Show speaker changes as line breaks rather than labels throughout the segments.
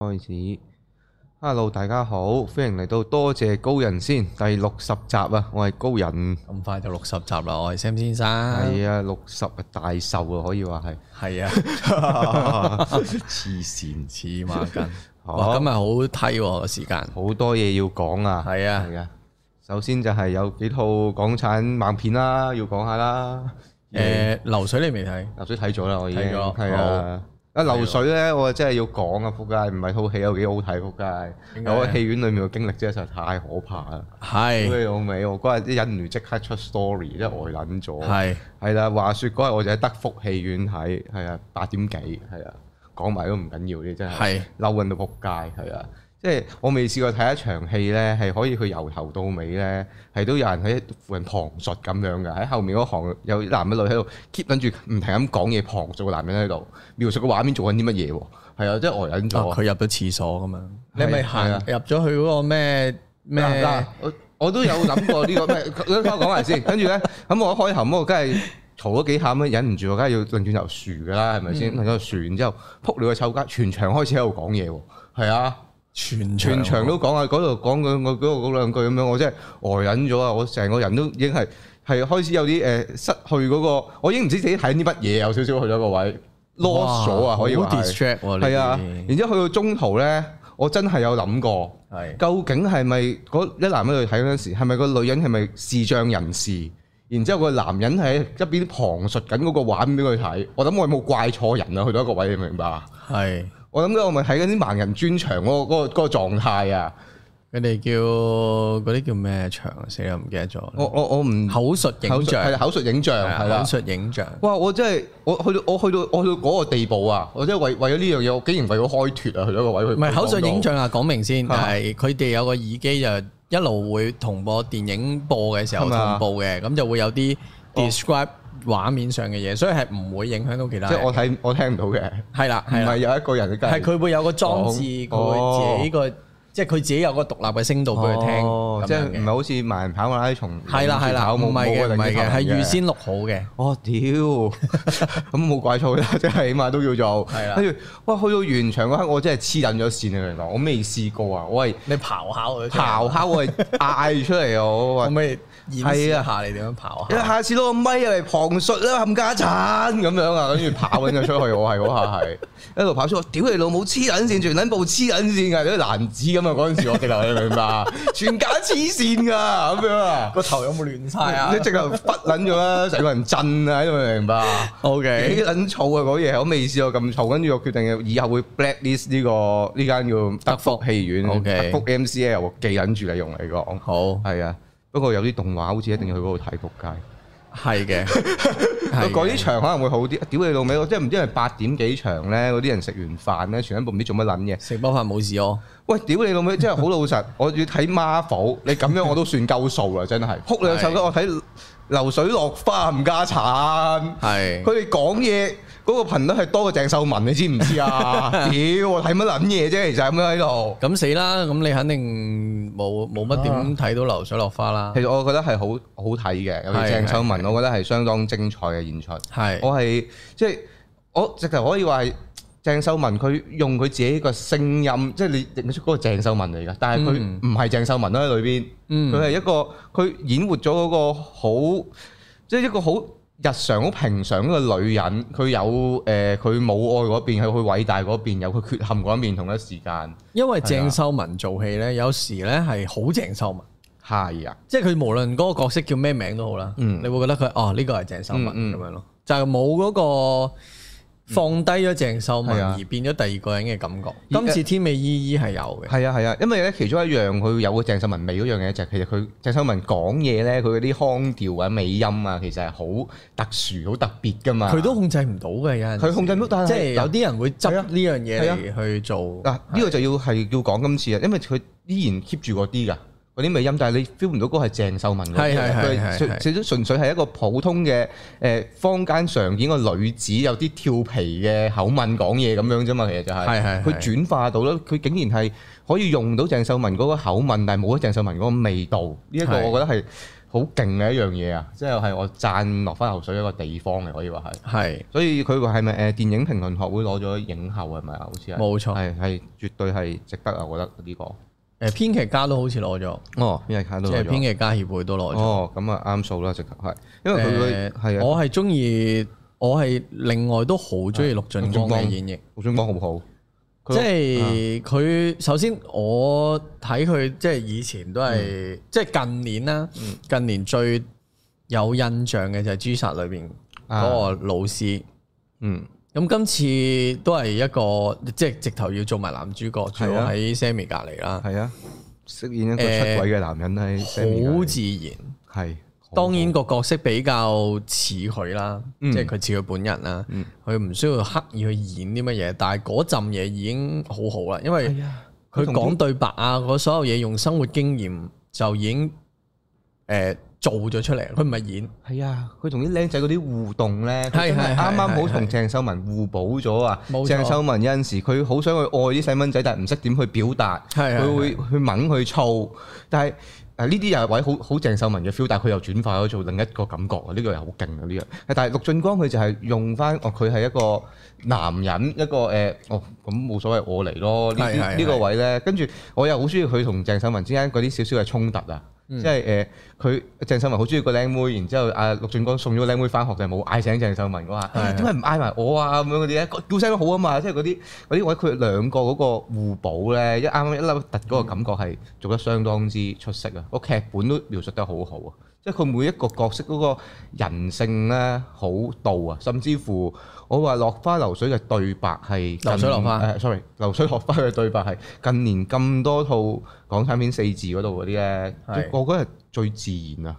開始。Hello，大家好，歡迎嚟到多謝高人先第六十集啊！我係高人，
咁快就六十集啦，我係 Sam 先生，
係啊，六十大壽啊，可以話係。
係 啊，黐線黐孖筋，哇！今日好梯喎個時間，
好多嘢要講啊！
係啊
係啊。首先就係有幾套港產猛片啦，要講下啦。
誒流水你未睇？
流水睇咗啦，我已經
睇咗
係啊。啊流水咧，我真係要講啊！仆街，唔係套戲有幾好睇，仆街。
點解
我喺戲院裏面嘅經歷真係實在太可怕啦！
係
屌你老味，我嗰日啲忍唔住即刻出 story，即係呆撚咗。
係
係啦，話説嗰日我就喺德福戲院睇，係啊，八點幾，係啊，講埋都唔緊要嘅，真係。
係
嬲運到仆街，係啊！即係我未試過睇一場戲咧，係可以佢由頭到尾咧，係都有人喺附近旁述咁樣嘅，喺後面嗰行有男一女喺度 keep 緊住唔停咁講嘢，旁述個男人喺度描述個畫面做緊啲乜嘢喎，係啊，即係呆撚
啊
咗。
佢入咗廁所咁樣，你
係
咪
係
行
啊
入咗去嗰個咩咩
嗱嗱，我我都有諗過呢個咩， 等我講埋先。跟住咧，咁我一開頭咁，我梗係嘈咗幾下咁，啊忍唔住我梗係要擰轉頭樹㗎啦，係咪先？擰咗樹，然之後撲你個臭街，全場開始喺度講嘢喎，係啊。
全
全場
都
都講啊，嗰度講佢，我嗰度嗰兩句咁樣，我真係呆撚咗啊！我成個人都已經係係開始有啲誒、呃失去嗰、個，我已經唔知自己睇啲乜嘢，有少少去咗個位 lost 咗啊，可以
好
話係
distract 喎，
係啊
呢。
然之後去到中途咧，我真係有諗過，
啲係
究竟係咪嗰一男一女睇嗰陣時，係咪個女人係咪視障人士？然之後個男人喺一邊旁述緊嗰個畫面俾佢睇，我諗我有冇怪錯人啊？去到一個位，你明唔明白啊？
係。
我諗緊我咪睇緊啲盲人專場嗰、個嗰、個嗰、個狀態啊！
佢哋叫嗰啲叫咩場啊死啦，唔記得咗。
我我我唔
口述
口
影
述
像
係啦口述影像
係啊
係啦
口。述影像。
哇！我真係我去到我去到我去到嗰個地步啊！我真係為為咗呢樣嘢，我竟然為咗開脱啊，去咗個位去。
唔係口述影像啊，講明先，
嚇
係佢哋有個耳機就一路會同播電影播嘅時候
係咪啊
同步嘅，咁就會有啲 describe 畫面上嘅嘢，所以係唔會影響到其他
即係
人。
我睇我聽唔到嘅，
係啦，
唔
係啦
係，有一個人嘅
係
隔離
佢會有個裝置，
講
佢會自己個，即係佢自己有個獨立嘅聲道俾佢聽
哦
咁
即係
樣
唔係
嘅。
好似盲人跑馬拉松
係啦係啦，
跑
唔
冇
係嘅，
冇個
唔係
頂
嘅，
級人
係預
嘅
先錄好嘅。
哦， 屌，咁冇怪錯啦， 即係起碼都叫做。
係啦
跟住哇，去到完場嗰刻，我真係黐撚咗線啊！你明唔明我未試過啊，我係
你咆哮佢出嚟，
咆哮，我係嗌出嚟啊！我
可
話
唔。可以演示一
係啊
下你點樣咆哮？
下次攞個咪嚟旁述啦，冚家鏟咁樣啊，跟住跑緊咗出去，我係嗰下係一路跑出去，屌你老母黐撚線，全撚部黐撚線㗎，有啲男子咁啊！嗰陣時我直頭你明白，全家黐線㗎咁樣啊，
個頭有冇亂晒
你直頭忽撚咗 啦，成個人震啊，你明唔明白？
？O K，
幾撚燥啊嗰嘢，我未試過咁燥，跟住我決定以後會 blacklist 呢個呢間叫德福戲院
，OK
德福 MCL 我記撚住你用嚟講，
好。
係啊，不過有啲動畫好似一定要去嗰度睇仆街。
係嘅，係
嗰
嘅
啲場可能會好啲。屌你老味，我真係唔知係八點幾場咧，嗰啲人食完飯咧，全部唔知做乜撚嘢。
食包飯冇事哦。
喂，屌你老味，真係好老 實，我要睇 Marvel，你咁樣我都算夠數啦，真係。哭兩首歌，我睇流水落花冚家產。
係
佢哋講嘢嗰個頻率係多過鄭秀文，你知唔知啊？屌，我睇乜撚嘢啫？其實咁樣喺度。
咁死啦！咁你肯定冇冇乜點睇到流水落花啦
其。實我覺得係好好睇嘅，尤其鄭
係
秀文，我覺得係相當精彩嘅演出。
係
我係即係我直頭可以話係鄭秀文，佢用佢自己個聲音，即係你認得出嗰個鄭秀文嚟㗎，但係佢
嗯
唔係鄭秀文啦喺裏邊，
嗯
佢係、一個佢演活咗嗰個好，即係一個好日常、好平常嘅女人，佢有誒佢母愛嗰邊，有佢偉大嗰邊，有佢缺陷嗰一面，同一時間
因為鄭秀文做戲咧，有時咧係好鄭秀文，
係啊，
即係佢無論嗰個角色叫咩名都好啦，
嗯
你會覺得佢哦呢個係鄭秀文
嗯嗯
咁樣咯，就係冇嗰個放低咗鄭
係
秀文
啊
而變咗第二個人嘅感覺。
而呃
今次天美依依係有嘅，
係啊係啊，因為咧其中一樣佢有個鄭秀文味嗰樣嘢就係其實佢鄭秀文講嘢咧，佢嗰啲腔調啊、尾音啊，其實係好特殊、好特別噶嘛。
佢都控制唔到嘅有陣時，
啊佢控制唔到但係
即係有啲人會執
係啊
呢樣
係
嘢
啊
嚟去做
嗱呢個就要係要講今次啊，因為佢依然 keep 住嗰啲㗎，嗰啲尾音，但係你 feel 唔到嗰個係鄭秀文嗰啲
係
啊，
係係
佢
係
純
係
純純粹係一個普通嘅誒、呃坊間常見個女子有啲調皮嘅口吻講嘢咁樣啫嘛，其實就係、
係係係
佢轉化到啦，佢竟然係可以用到鄭秀文嗰個口吻，但係冇咗鄭秀文嗰個味道，呢、一個
係
我覺得係。好勁嘅一樣嘢啊！即係係我讚落翻口水一個地方嘅，可以話係。
係
所以佢話係咪誒電影評論學會攞咗影后係咪啊？好似係。
冇錯。
係係絕對係值得啊！我覺得呢個。
誒呃編劇家都好似攞咗，
哦，邊係卡
即
都
係
攞
編
咗。
劇家協會都攞咗。
哦，咁啊啱數啦，直頭係，因為佢會係
誒
啊，
我係中意，我係另外都好中意陸俊光
啊
嘅演繹。
我想講好唔好？佢啊
即係佢首先我睇佢即係以前都係、
嗯
即係近年啦，近年最有印象嘅就係《朱砂》裏邊嗰個老師。
啊嗯
咁今次都係一個即係直頭要做埋男主角，仲
係啊
喺 Sammy 隔離啦，
係啊，飾演一個出軌嘅男人喺
好自然。
係
當然個角色比較似佢啦，
嗯
即係佢似佢本人啦
嗯。
佢唔需要刻意去演啲乜嘢，但係嗰陣嘢已經好好啦，因為
係啊，
佢
同
講對白啊，嗰所有嘢用生活經驗就已經誒、呃做咗出嚟，佢唔係演，
係啊，佢同啲僆仔嗰啲互動咧，佢
係
真係
係
啱啱
係
好
係
同鄭秀文互補咗啊！
冇錯
鄭秀文有陣時佢好想去愛啲細蚊仔，但係唔識點去表達，
係係
佢會去敏去燥，但係誒呢啲又係位好好鄭秀文嘅 feel，但係佢又轉化咗做另一個感覺啊！呢、個又好勁啊！呢樣，但係陸俊光佢就係用翻哦，佢係一個男人一個誒、哦咁冇所謂我嚟咯呢
係係
啲呢個
係
位咧，跟住我又好中意佢同鄭秀文之間嗰啲少少嘅衝突啊！
嗯
即係誒，佢鄭秀文好中意個靚妹，然之後阿陸俊光送咗個靚妹翻學，就冇嗌醒鄭秀文嗰下，哎
係
點解唔嗌埋我啊咁樣嗰啲咧？叫聲都好啊嘛，即係嗰啲嗰啲位佢兩個嗰個互補咧，一啱啱一粒突嗰個感覺係做得相當之出色啊！個劇本都描述得好好啊，即係佢每一個角色嗰個人性咧好到啊，甚至乎我話落花流水嘅對白係近
流水落花
誒，sorry，流水落花嘅對白係近年咁多套港產片四字嗰度嗰啲咧，
係
我覺得係最自然啊，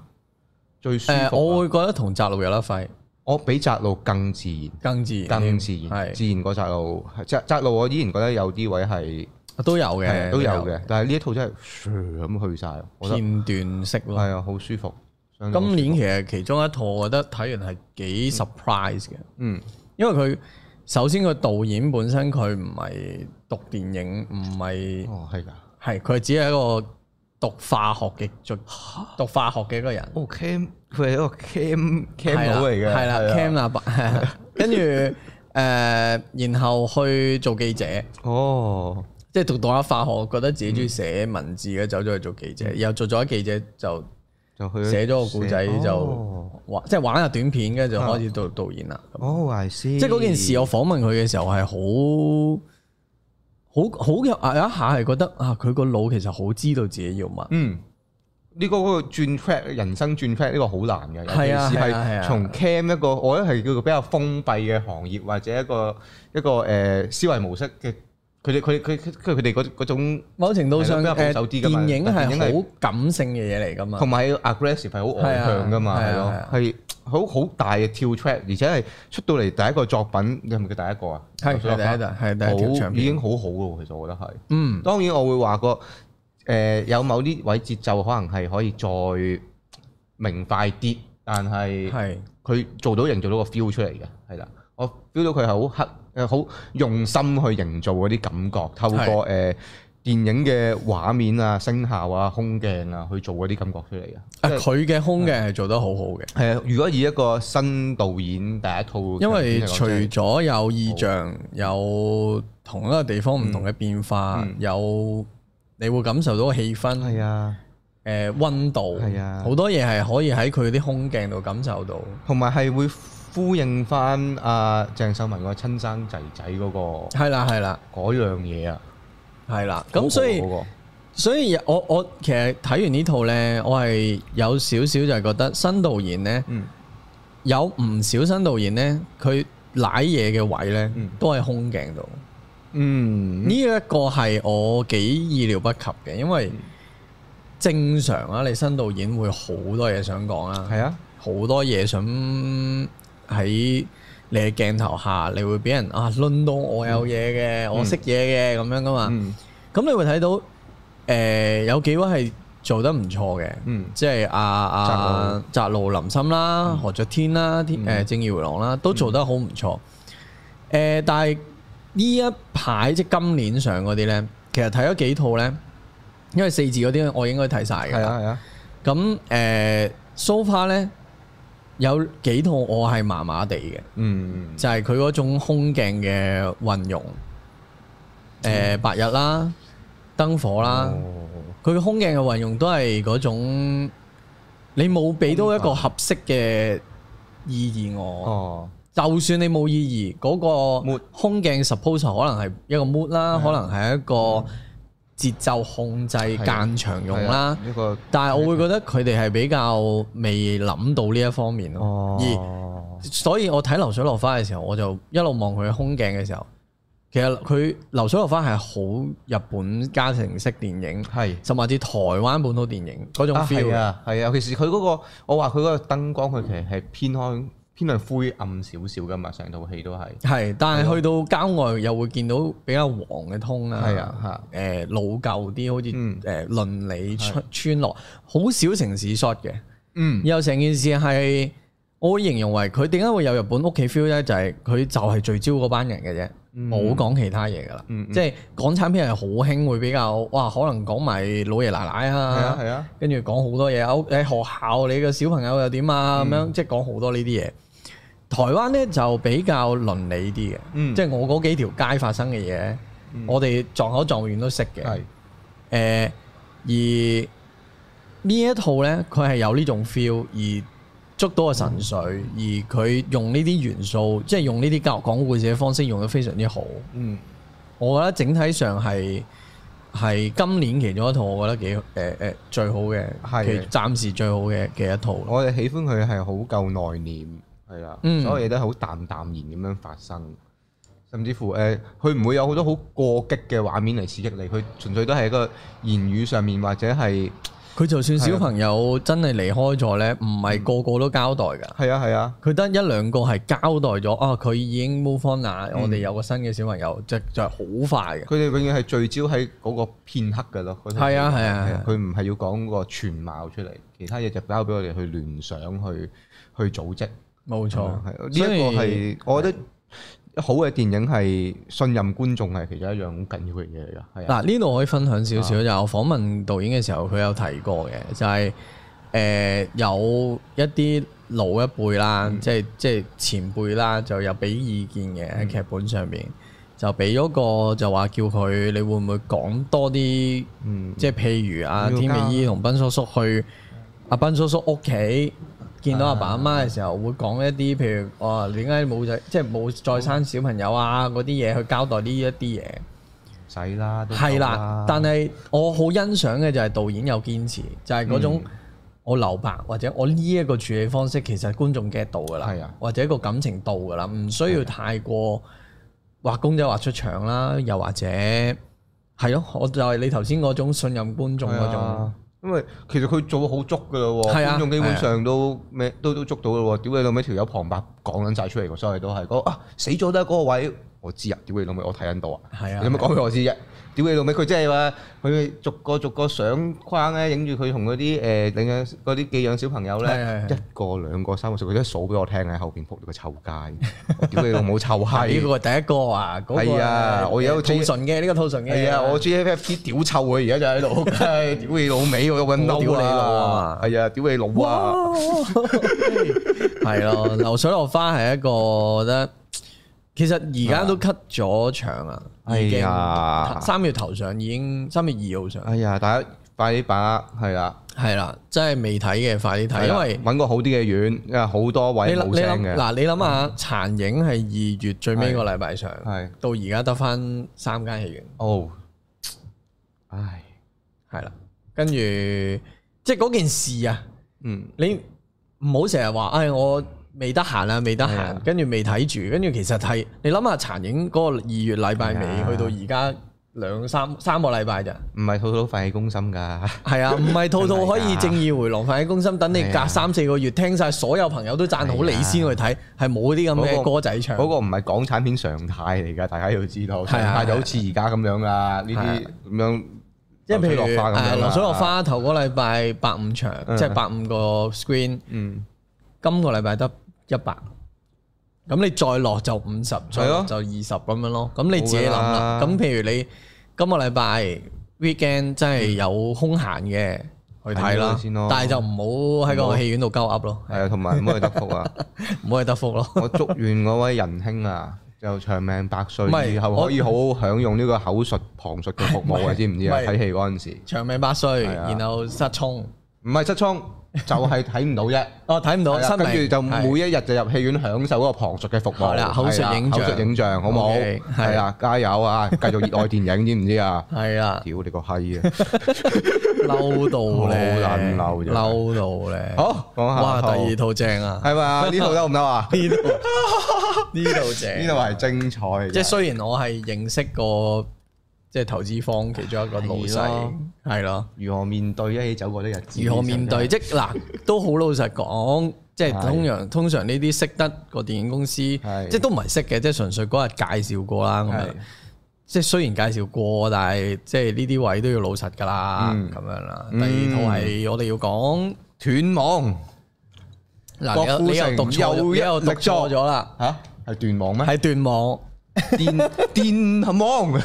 最舒服
誒、
啊、
呃我
我
會覺得同窄路有得揮，
我比窄路更自然，
更自然添，
更自然，
係
自然過窄路。窄窄路我依然覺得有啲位係
都有
係
嘅，
都有嘅，但係呢一套真係唰咁去晒，啊我覺得
片段式咯。
係啊，好舒服。相當
今
舒
年
服
其實其中一套，我覺得睇完係幾 surprise 嘅，
嗯
因為佢首先個導演本身佢唔係讀電影，唔係
哦係㗎
係佢只係一個讀化學嘅做讀化學嘅一個人。
哦 cam 佢係一個 cam cam
係啦
佬嚟嘅，
係啦
係啊
，cam 喇叭， 跟住誒，然後去做記者，
哦
即係讀到一化學，覺得自己中意寫文字嘅，走咗去做記
嗯
者，然後做咗一記者就
就去
寫咗個故仔
寫
就
哦
玩，即係玩下短片，跟住就
啊
開始做導演啦。
哦係先，
即係嗰件事，我訪問佢嘅時候係好。好好有有一下係覺得啊，佢個腦其實好知道自己要乜，
嗯，呢個嗰個轉 track 人生轉 track 呢個好難嘅，
係
尤
啊
其是
係啊係
係
啊
從 cam 一個我覺得係叫做比較封閉嘅行業或者一個一個誒、呃思維模式嘅，佢哋佢佢佢佢哋嗰嗰種
某程度上
係啦比較保
誒
守啲㗎嘛
電影
但電影係
係好感性嘅嘢嚟㗎嘛
同，埋 aggressive 係好外向噶嘛，
係啊
係咯
係啊，
係好好大嘅跳 track，而且係出到嚟第一個作品，你係咪叫第一個啊？
係
頭先我講
佢第一集係第一條
好
長
已
片，
經好好嘅喎，其實我覺得係。
嗯，
當然我會話個誒有某啲位節奏可能係可以再明快啲，但係
係
佢做到營造到個 feel 出嚟嘅，係啦，我 feel 到佢係好刻誒好用心去營造嗰啲感覺，透過誒、
係
電影嘅畫面啊、聲效啊、空鏡啊去做嗰啲感覺出嚟嘅。
啊佢嘅空嘅係做得好好嘅，
係啊，如果以一個新導演第一套，
因為除咗有意
啊
象，有同一個地方唔
嗯
同嘅變化，有你會感受到個氣氛，
係啊。
誒温度，
係啊
好多嘢係可以喺佢啲空鏡度感受到，
同埋係會呼應翻阿鄭秀文個親生仔仔嗰個
係啦係啦
嗰樣嘢啊。
係啦，
嗰個
咁所以
嗰。個
所以我我其實睇完呢套呢，我係有少少就係覺得新導演呢，
嗯
有唔少新導演呢，佢舐嘢嘅位呢，
嗯
都係空鏡度。
嗯
呢一、個係我幾意料不及嘅，因
嗯
為正常啊，你新導演會好多嘢想講啦，
係啊，
好多嘢想喺你嘅鏡頭下，你會俾人啊論到我有嘢嘅，我識嘢嘅咁樣噶嘛。
嗯
咁你會睇到誒、呃有幾位係做得唔錯嘅，
嗯
即係阿阿澤路林森啦、何爵天啦、天
嗯
誒、正義回廊啦，都做得好唔錯。誒、呃但係呢一排即係今年上嗰啲咧，其實睇咗幾套咧，因為四字嗰啲我應該睇晒
係
嘅。
啊係啊，
咁誒、呃 so far 咧有幾套我係麻麻地嘅，
嗯，
就係佢嗰種空鏡嘅運用，诶、白日啦，燈火啦，
嗯哦
佢嘅、空鏡嘅運用都係嗰種，你冇俾到一個合適嘅意義我。
哦，
就算你冇意義，嗰、
Mood 啊
個空鏡 suppose 可能係一個 mood 啦，可能係一個節奏控制
嗯係啊
間長用
係
啦
啊。呢個
但係我會覺得佢哋係比較未諗到呢一方面咯。而
哦，
所以我睇流水落花嘅時候，我就一路望佢空鏡嘅時候，其實佢流水落花係好日本家庭式電影，
係。
甚至台灣本土電影嗰種
啊，係
feel。
啊，係啊，尤其是佢嗰、個，我話佢嗰個燈光，佢其實係偏向偏向灰暗少少噶嘛，成套戲都係。啊
係，但係去到郊外又會見到比較黃嘅通啊，
係啊，嚇，
誒、老舊啲，好似
嗯
誒鄰里村村落，好少城市 shot 嘅。
嗯，
又成件事係，我會形容為佢點解會有日本屋企 feel 咧，就係、佢就係聚焦嗰班人嘅啫，
嗯
冇講、其他嘢噶啦。
嗯嗯
即係港產片係好興會比較，哇，可能講埋老爺奶奶
係啊，
啊，
係啊，
跟住講好多嘢。屋喺學校你個小朋友又點啊
嗯
咁樣，即係講好多呢啲嘢。台灣咧就比較倫理啲嘅，
嗯
即係我嗰幾條街發生嘅嘢，我哋撞口撞面都識嘅。
係，
誒、呃而呢一套呢，佢係有呢種 feel，而捉到個神髓，而佢用呢啲元素，即係用呢啲教育講故事嘅方式，用得非常之好。
嗯，
我覺得整體上係係今年其中一套，我覺得幾誒誒、呃最好嘅，
係
其暫時最好嘅嘅一套。
我哋喜歡佢係好夠內斂，係啦，
嗯
所有嘢都係好淡淡然咁樣發生。甚至乎誒，佢、唔會有好多好過激嘅畫面嚟刺激你，佢純粹都係一個言語上面或者係
佢就算
係啊
小朋友真係離開咗呢，唔係個個都交代㗎。
係啊係啊，
佢得一兩個係交代咗啊！佢已經 move on 啦，我哋有個新嘅小朋友，即就係好快嘅。
佢哋永遠係聚焦喺嗰個片刻嘅咯。嗰套戲
係啊係啊
係
係啊
佢唔係要講個全貌出嚟，其他嘢就交俾我哋去聯想、去去組織。
冇錯，
係啊呢一個
所以
係我覺得好嘅電影係信任觀眾係其中一樣好緊要嘅嘢嚟㗎。係啊，
嗱，呢度我可以分享少少，就我訪問導演嘅時候，佢有提過嘅，就係、誒有一啲老一輩啦，
嗯
即係即係前輩啦，就有俾意見嘅
嗯
喺劇本上面，就俾咗個就話叫佢，你會唔會講多啲？
嗯，
即係譬如阿
要加
天美姨同斌叔叔去阿斌叔叔屋企見到阿爸阿媽嘅時候，會講一啲譬如哦點解冇仔，即係冇再生小朋友啊嗰啲嘢去交代呢一啲嘢。
唔使啦，都夠
係啦，但係我好欣賞嘅就係導演有堅持，就係嗰
嗯
種我留白或者我呢一個處理方式，其實觀眾 get 到㗎
係
啦
啊，
或者個感情到㗎啦，唔需要太過畫公仔畫出腸啦，又或者係咯，我就係你頭先嗰種信任觀眾嗰
係
種
啊。因為其實佢做好足㗎咯喎，
係啊
觀眾基本上都咩都都捉到咯喎，屌你老尾條友旁白講緊晒出嚟喎，所有嘢都係嗰個啊死咗得嗰個位，我知啊，屌你老尾我睇緊到啊，
係啊
你有冇講俾我知啫？屌你老尾佢真係話佢逐個逐個相框咧，影住佢同嗰啲誒領養嗰啲寄養小朋友咧
係係，係
一個兩個三個數，佢都數俾我聽啊喺後邊撲到個臭街，我屌你老母臭
呢
閪！
個 係第一個啊，嗰個
係啊
係
我有
兔唇嘅呢個兔唇嘅，
係啊，我 GFFT 屌臭佢而家就喺度， 梗係屌你老尾，我揾嬲
我屌你老
啊
啊！
係啊，屌你老啊！
係咯，流水落花係一個，我覺得其實而家都 cut 咗場啦，
啊哎
已經
呀
三月頭上已經三月二號上，
哎呀，大家快啲把握，係啦，
係啦，真係未睇嘅快啲睇，
係
因
啦
為
揾個好啲嘅院，因為好多
你
位
諗
冇
你
聲
諗
嘅，嗯
嗱，你諗下殘影係二月最尾個禮拜上，
係
到而家得翻三間戲院，
哦，唉，
係啦，跟住即係嗰件事啊。
嗯，
你唔好成日話，唉，我未得閒啊，未得
係
閒
啊，
跟住未睇住，跟住其實係你諗下殘影嗰個二月禮拜
係啊
尾去到而家兩三三個禮拜咋，
唔係套套都肺氣攻心㗎，
係啊，唔係套套可
真係
以
㗎
正義回廊，快喺公心等你
係
隔
啊
三四個月聽晒所有朋友都讚好你
係啊
先去睇，係冇啲咁
嗰
嘅
個
歌仔唱，
嗰個唔係港產片常態嚟㗎，大家要知道，
係
常
啊
態就好似而家咁樣啦，呢啲咁樣，
即係譬
流水
如
落花咁樣
誒
啦
流水落，花頭嗰禮拜百五場，
嗯
即係百五個 screen。
嗯，
今個禮拜得一百，咁你再落就五十，再落就二十咁樣咯。咁你自己諗啦。
冇㗎啦
咁譬如你今個禮拜 weekend 真係有空閒嘅，去
睇
睇啦
咗佢先咯，
但係就唔好喺個戲院度鳩噏咯，
係啊，同埋唔好去德福啊！
唔好去德福咯。
我祝願嗰位仁兄啊，就長命百歲，
唔係
以後可以好好享用呢個口述旁述嘅服務啊！知唔知啊？
唔係
睇戲嗰陣時，
長命百歲，
係啊
然後失聰，
唔係失聰，就係睇唔到 啫。
哦睇唔到，
係啦
失明，
跟住就每
係
一日就入戲院享受嗰個旁述嘅服務，
係啦口
係
述
啦
影像
口述影像好冇？
OK，係
係啦，加油啊！繼續熱愛電影，知唔知啊？
係啦，
屌你個 閪啊！
嬲到 咧，
好撚嬲啫
嬲到咧。
好，講下
哇，
套
第二套正啊，
係 嘛？呢套得唔得啊？
呢度呢度正，
呢度係精彩嘅，
即係雖然我係認識個即係投資方其中一個老
係咯
細，係咯，
如何面對一起走過呢日子？
如何面對？即係嗱，都好老實講，即係
係
通常通常呢啲識得個電影公司，即
係
係都唔係識嘅，即係純粹嗰日介紹過啦咁樣
係。
即係雖然介紹過，但係即係呢啲位都要老實㗎啦，
嗯
咁樣啦。第
嗯
二套係我哋要講
斷網
嗱，你又
郭富
你又
城
讀錯咗，
又
你
一
又讀
力作
錯咗啦，
吓係斷網咩？
係斷網，
電電網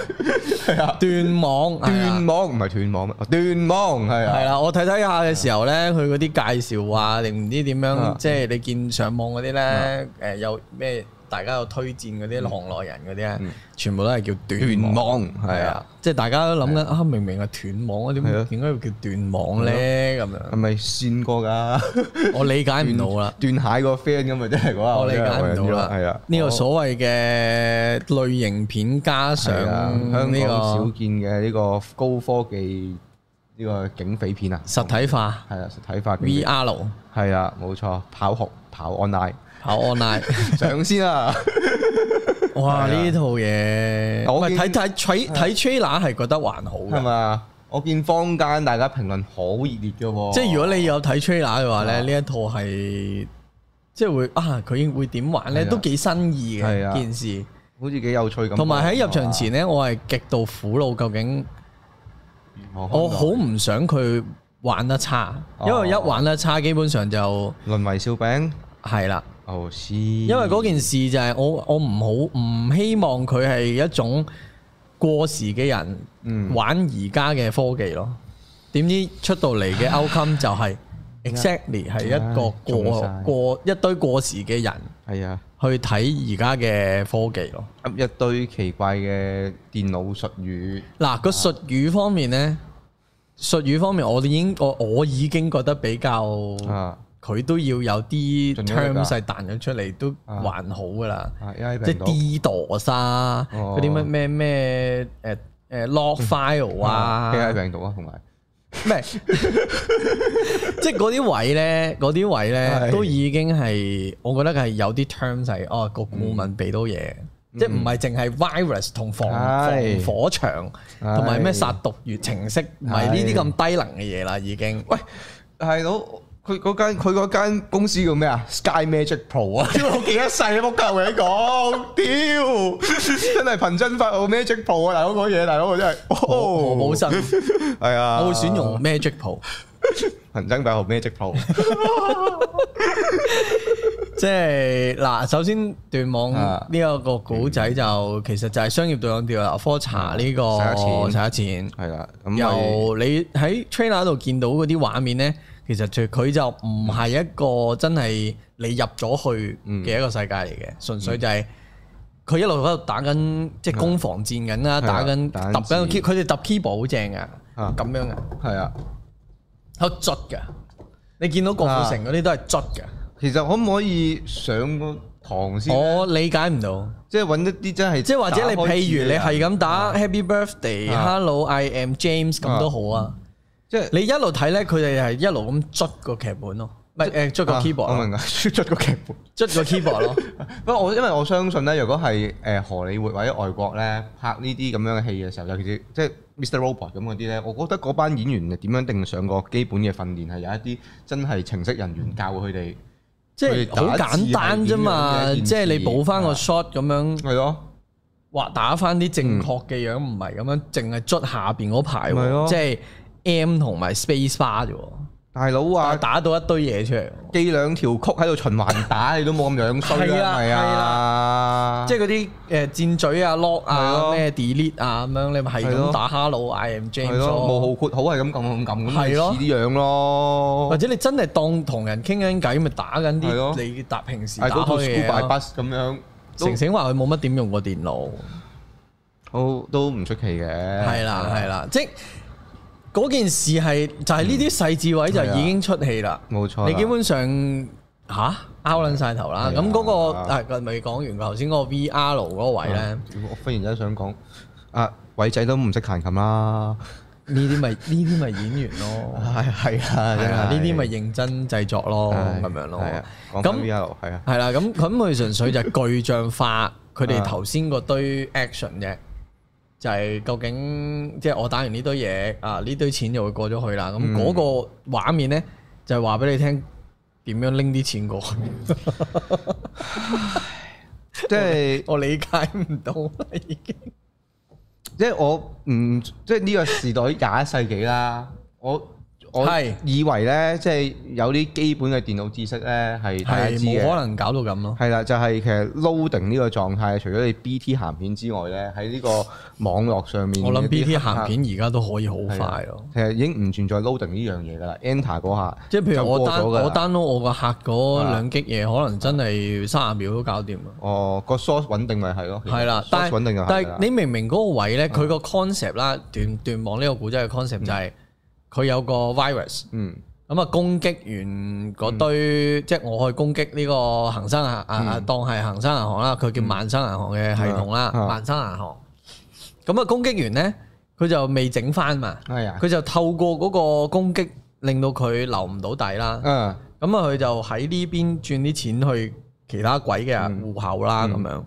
係啊，
斷網，係啊
斷網唔係斷網咩？哦斷網係
係
啊，
啦，我睇睇下嘅時候咧，佢嗰啲介紹啊，定唔知點
啊
樣，即係你見上網嗰啲咧，誒有咩大家有推薦嗰啲行內人嗰啲咧
嗯，
全部都係叫
斷
斷網，
網係
係
啊
啊，，即係大家都諗緊啊，明明係斷網啊，點
係啊
點解要叫斷網咧？咁
係
樣
咪線過
啊
㗎？
我理解唔到啦，
斷蟹個 friend 咁啊，真係嗰下
我理解唔到啦，
係啊，
呢個
我
所謂嘅類型片加上
係啊香
呢
港少
個
見嘅呢個高科技呢個警匪片啊，
實體化
係啊，實體化警匪
VR
係啊，冇錯，跑學跑 online
跑 online。
上先啊！
哇！
係啊
呢套嘢，
我
我
見
睇睇睇睇 trailer 係覺得還好
係
嘅，
嘛？我見坊間大家評論好熱烈嘅喎，
即係如果你有睇 trailer 嘅話
啊
咧，呢一套係即係會啊，佢會點玩
係
咧？
啊
都幾新意
係啊
嘅件事，
好似幾有趣咁。啊
同埋喺入場前咧，我係極度苦惱，究竟
哦我
我好唔想佢玩得差，
哦
因為一玩得差，基本上就
淪為笑柄。
係啦。
哦，是。
因
因
為嗰件事就係我我唔好唔希望佢係一種過時嘅人。
嗯
玩而家嘅科技咯。點知出到嚟嘅 outcome 就係 exactly 係一個
唉中晒
過過一堆過時嘅人
係啊，
去睇而家嘅科技咯。
噏一堆奇怪嘅電腦術語。
嗱個術語方面呢，術語方面我哋已經我我已經覺得比較
啊
佢都要有啲
盡咗力㗎
terms 係彈咗出嚟都還好噶啦。
啊！AI
即
病
係
毒
DDoS 啊，
哦
嗰啲乜咩咩誒誒 log file 啊
啊，AI 病毒啊，同埋
咩？ 即係嗰啲位咧，嗰啲位咧
係
都已經係，我覺得係有啲 terms 係哦，個顧問俾到嘢，即係唔係淨係 virus 同防防
嗯係
火牆
係
同埋咩殺毒月程式，唔係呢啲咁低能嘅嘢啦，已經。喂，
係佬，佢嗰間佢嗰間公司叫咩啊？Sky Magic Pro 啊！我記得細啊，仆街我同你講， 屌，真係貧真發號 Magic Pro 啊！大佬嗰嘢，大佬我真係，
我冇
神，
信，
係啊，
我會選用 Magic Pro，
貧真發號 Magic Pro，
即係嗱，首先斷網
啊
呢一個古仔就其實就係商業對抗調查科查呢個
使
使一錢。
係啦，咁咪
由你喺 trailer 度見到嗰啲畫面咧，其實佢佢就唔係一個真係你入咗去
嗯
嘅一個世界嚟嘅，純粹就係佢一路喺度打緊即係攻防戰緊啦，
係啊
打緊
打緊
揼緊個
戰
key，佢哋揼 keyboard 好正噶，
啊
咁樣噶，
係啊。
喺度捽噶。你見到郭富城
啊
嗰啲都係捽噶，
其實可唔可以上個堂先？
我理解唔到。
即係揾一啲真係
即係或者你
打開
譬如你係咁打 Happy
啊
Birthday，Hello I am James 咁都好啊。
字嘅人，即係
你一路睇咧，佢哋係一路咁捽個劇本咯，唔係誒捽個
啊
keyboard
我
咯，
明啊， 出個劇本。
捽個 keyboard 咯，
不過我因為我相信咧，如果係誒荷里活或者外國咧拍呢啲咁樣嘅戲嘅時候，尤其是即係 Mr. Robot 咁嗰啲咧，我覺得嗰班演員點樣定上個基本嘅訓練係有一啲真係程式人員教佢哋
即係好簡單啫嘛。
佢哋打字係點樣嘅一件事啊
即係你補翻個 shot 咁樣，
係咯，
或打翻啲正確嘅樣，唔係咁樣，淨係捽下邊嗰排
嗯咪咯
喎，即係 M 同埋 space bar 啫喎。
大佬啊，
打到一堆嘢出嚟，
記兩條曲喺度循環打，你都冇咁樣衰
係
啦，
啊
係啊，
即係嗰啲誒箭嘴啊、lock
係
啊、
咯
咩 delete 啊咁樣，你咪係
係咯
咁打 hello I am
係
James
咯，
咯
冇好括好係咁撳撳撳
係
咁，
咯
似啲樣咯
或，者你真係當同人傾緊偈，咪打緊
哦係咯
啲你搭平時打
係嗰套
開
school
嘅
by
嘢咯。
bus 咁樣，
成成話佢冇乜點用過電腦，
都都唔出奇嘅，
係啦係啦，即係嗰件事係就係呢啲細緻位就已經出戲啦。
啊冇錯啦，
你基本上吓拗撚晒頭啦。
係啊
咁嗰個誒未講完頭先嗰個 VR 嗰個位咧，呢
我啊忽然間想講，啊偉仔都唔識彈琴啦，
啲咪呢啲咪演員咯。
係係啊
係啊，呢啲咪認真製作咯，哦咁樣咯。
咁
咁
VR 係啊，
係啦，咁咁佢純粹就係具象化佢哋頭先嗰堆 action 啫，就係究竟即係我打完呢堆嘢啊，呢堆錢就會過咗去啦。咁
嗯
嗰個畫面咧就係話俾你聽點樣拎啲錢過去，
即 係。
我理解唔到啦已經。
即係我唔即係呢個時代廿一世紀啦，我我
係
以為咧，即係有啲基本嘅電腦知識咧係大家
係
知
冇可
嘅，
能搞到咁咯。
係啦，就係、其實 loading 呢個狀態，除咗你 BT 鹹片之外咧，喺呢個網絡上面，
我諗 B T
啲啊
鹹片而家都可以好
係啊
快咯。
其實已經唔存在 loading 呢樣嘢噶啦，enter 嗰下
即係譬如我單
就過咗㗎啦啊
我 download 我個客嗰兩擊嘢，可能真係三十秒都搞掂啊啦。
哦個 source 穩定咪係咯，
係啦
source，
但
穩定就
係
係
但係
啦嗯
你明唔明嗰個位咧？佢個 concept 啦，斷斷網呢個古仔嘅 concept 就係佢有個 virus，
嗯
咁啊攻擊完嗰堆，即係我去攻擊呢個恒生銀啊啊，當係恒生銀行啦，佢叫萬生銀行嘅系統啦，
嗯
萬生銀行。咁啊攻擊完咧，佢就未整翻嘛，
係啊，
佢就透過嗰個攻擊令到佢留唔到底啦。
嗯
咁啊，佢就喺呢邊轉啲錢去其他鬼嘅
嗯
戶口啦，咁、樣。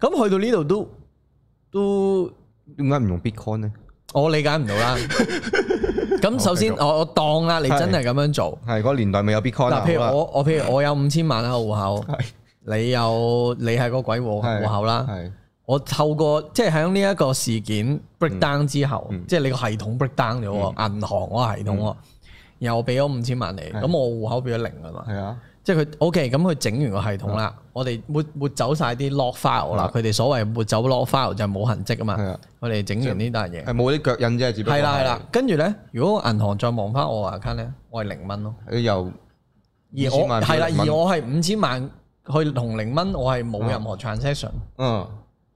咁去到呢度都都
點解唔用 bitcoin 咧？
我理解唔 到啦。咁首先
好繼
我我當啦，你真係咁樣做。
係嗰個年代未有 bitcoin
嗱，
啊
譬如
好啦
我我譬如我有五千萬喺個戶口，你有你係個鬼戶
係
戶口啦。
係
我透過即係喺呢一個事件 break down 之後，
嗯
即係你個系統 break down 咗喎，銀行嗰個系統喎，又俾咗五千萬你，咁我戶口變咗零啊嘛。
係啊。
即係佢 OK，咁佢整完個系統啦，我哋抹抹走晒啲 log file 啦
啊，
佢哋所謂抹走 log file 就冇痕跡啊
係
嘛
啊，
我哋整完呢單嘢，
係冇啲腳印啫，只不過
係啦係啦，，跟住咧，如果銀行再望翻我個 account 咧，我係零蚊咯，
你又
而
5000
我
萬
係啦，
變零蚊啊
而我係五千萬去同零蚊，我係冇任何 transaction，
嗯，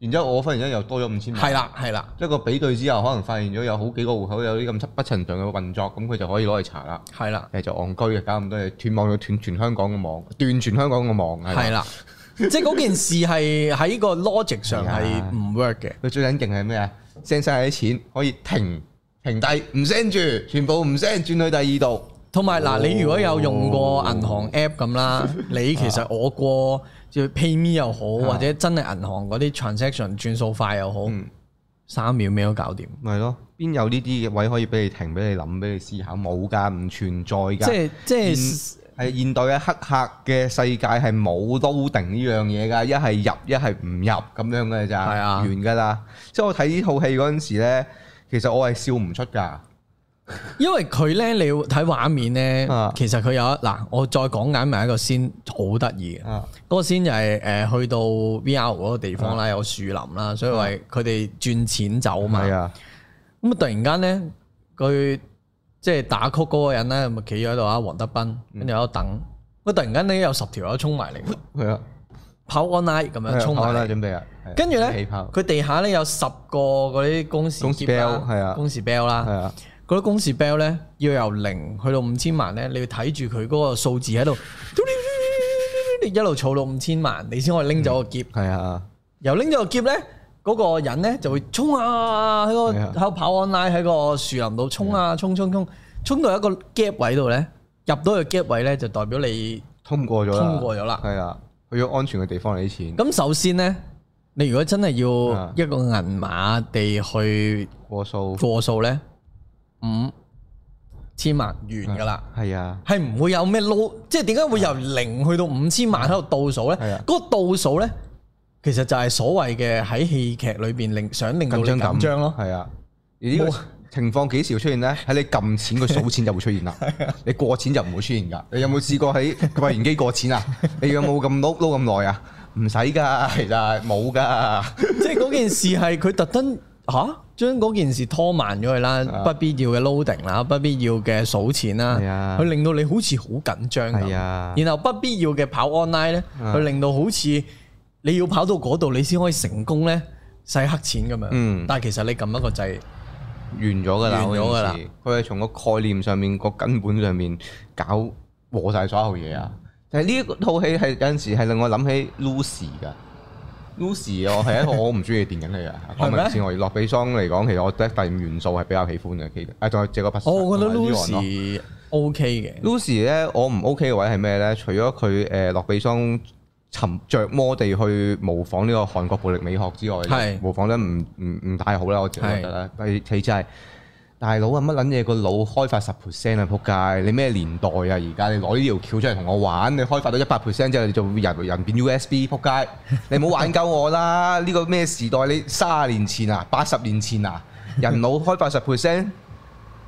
然之後我忽然間又多咗五千萬，
係啦係啦
一個比對之後，可能發現咗有好幾個户口有啲咁不尋常嘅運作，咁佢就可以攞嚟查啦。
係啦
誒就戇居嘅，搞咁多嘢，斷網要斷全香港嘅網，斷全香港嘅網
係
啦。
啦，即係嗰件事係喺個 logic 上係
係啊
唔 work 嘅。
佢最緊勁係咩啊？send 晒啲錢可以停停低，唔 send 住，全部唔 send，轉去第二度。
同埋嗱，
哦
你如果有用過銀行 app 咁啦，你其實我過就 PayMe 又好，
啊嗯
或者真係銀行嗰啲 transaction 轉數快又好，三秒咩都搞掂。
咪咯，邊有呢啲嘅位可以俾你停，俾你諗，俾你思考？冇㗎，唔存在㗎。
即係即係
現係現代嘅黑客嘅世界係冇 loading 呢樣嘢㗎，一係入一係唔入咁樣嘅咋，
係啊
完㗎啦。即係我睇呢套戲嗰陣時咧，其實我係笑唔出㗎。
因為佢咧，你要睇畫面咧
啊，
其實佢有一嗱，我再講緊埋一個先好得意嘅。
啊，
嗰個先就係誒去到 VR 嗰個地方啦，有樹林啦，所以話佢哋轉錢走嘛。
係啊，
咁啊，突然間咧，佢即係打曲嗰個人咧，咪企咗喺度啊，黃德斌，
嗯
跟住喺度等。咁突然間咧，有十條友衝埋嚟，
係啊，
跑 online 咁樣衝
好
埋
啦，
嚟。
準備啊，係啊
跟住
起
咧，
跑
佢地下咧有十個嗰啲公事
公事
篋啦
bell，係啊
公事 bell
係
啦，
啊，
嗰啲公事 bell 咧要由零去到五千萬咧，你要睇住佢嗰個數字喺度，你一路儲到五千萬，你先可以拎走個篋。
係啊，
由拎咗個篋咧，嗰、個人咧就會衝啊，喺個
係啊
喺度跑 online 喺個樹林度衝啊，衝衝衝，衝到一個 gap 位度咧，入到個 gap 位咧就代表你。
通過咗啦，
通過咗啦
係啊，去咗安全嘅地方嚟啲錢
咁首先咧，你如果真係
啊
要一個銀碼地去
過數，
過數咧，五千萬完噶啦。
係啊，
係唔會有咩撈，即係點解會由零去到五千萬喺度倒數
係
咧
啊？
嗰個倒數咧，其實就係所謂嘅喺戲劇裏邊令想令到你
緊張感
緊張咯。
係啊，而呢個
冇
情況幾時會出現咧？喺你撳錢佢數錢就會出現 啦，
啊
你過錢就唔會出現㗎。你有冇試過喺 櫃員機過錢啊？你有冇咁撈撈咁耐啊？唔使㗎，其實冇㗎。
即係嗰件事係佢特登吓，將嗰件事拖慢咗佢啦，
啊
不必要嘅 loading 啦，不必要嘅數錢啦
係啊，
佢令到你好似好緊張
係
咁
啊。
然後不必要嘅跑 online 咧，
啊
佢令到好似你要跑到嗰度你先可以成功咧，使黑錢咁樣
嗯。
但係其實你撳一個掣，
完咗㗎啦，
完咗㗎啦
嗰件事。佢係從個概念上面、個根本上面搞和晒所有嘢啊！但係呢套戲係有陣時係令我諗起 Lucy 㗎。Lucy 我係一個我唔中意嘅電影 嚟㗎。
係
講
咩
明先，我洛比桑嚟講，其實我覺得第五元素係比較喜歡嘅。其實啊，仲有這個不殺
哦我覺得
同埋 Leon 咯
Lucy OK 嘅。
Lucy 咧，我唔 OK 嘅位係咩咧？除咗佢誒洛比桑沉着魔地去模仿呢個韓國暴力美學之外
係，
模仿得唔唔唔太好啦，我自己覺得啦。第其次係大佬啊，乜撚嘢個腦開發十 percent 啊，仆街！你咩年代啊？而家你攞呢條橋出嚟同我玩，你開發到一百 percent 之後，你就會人人變 USB，仆街！你唔好玩鳩我啦！呢個咩時代？你三十年前啊，八十年前啊，人腦開發十 percent。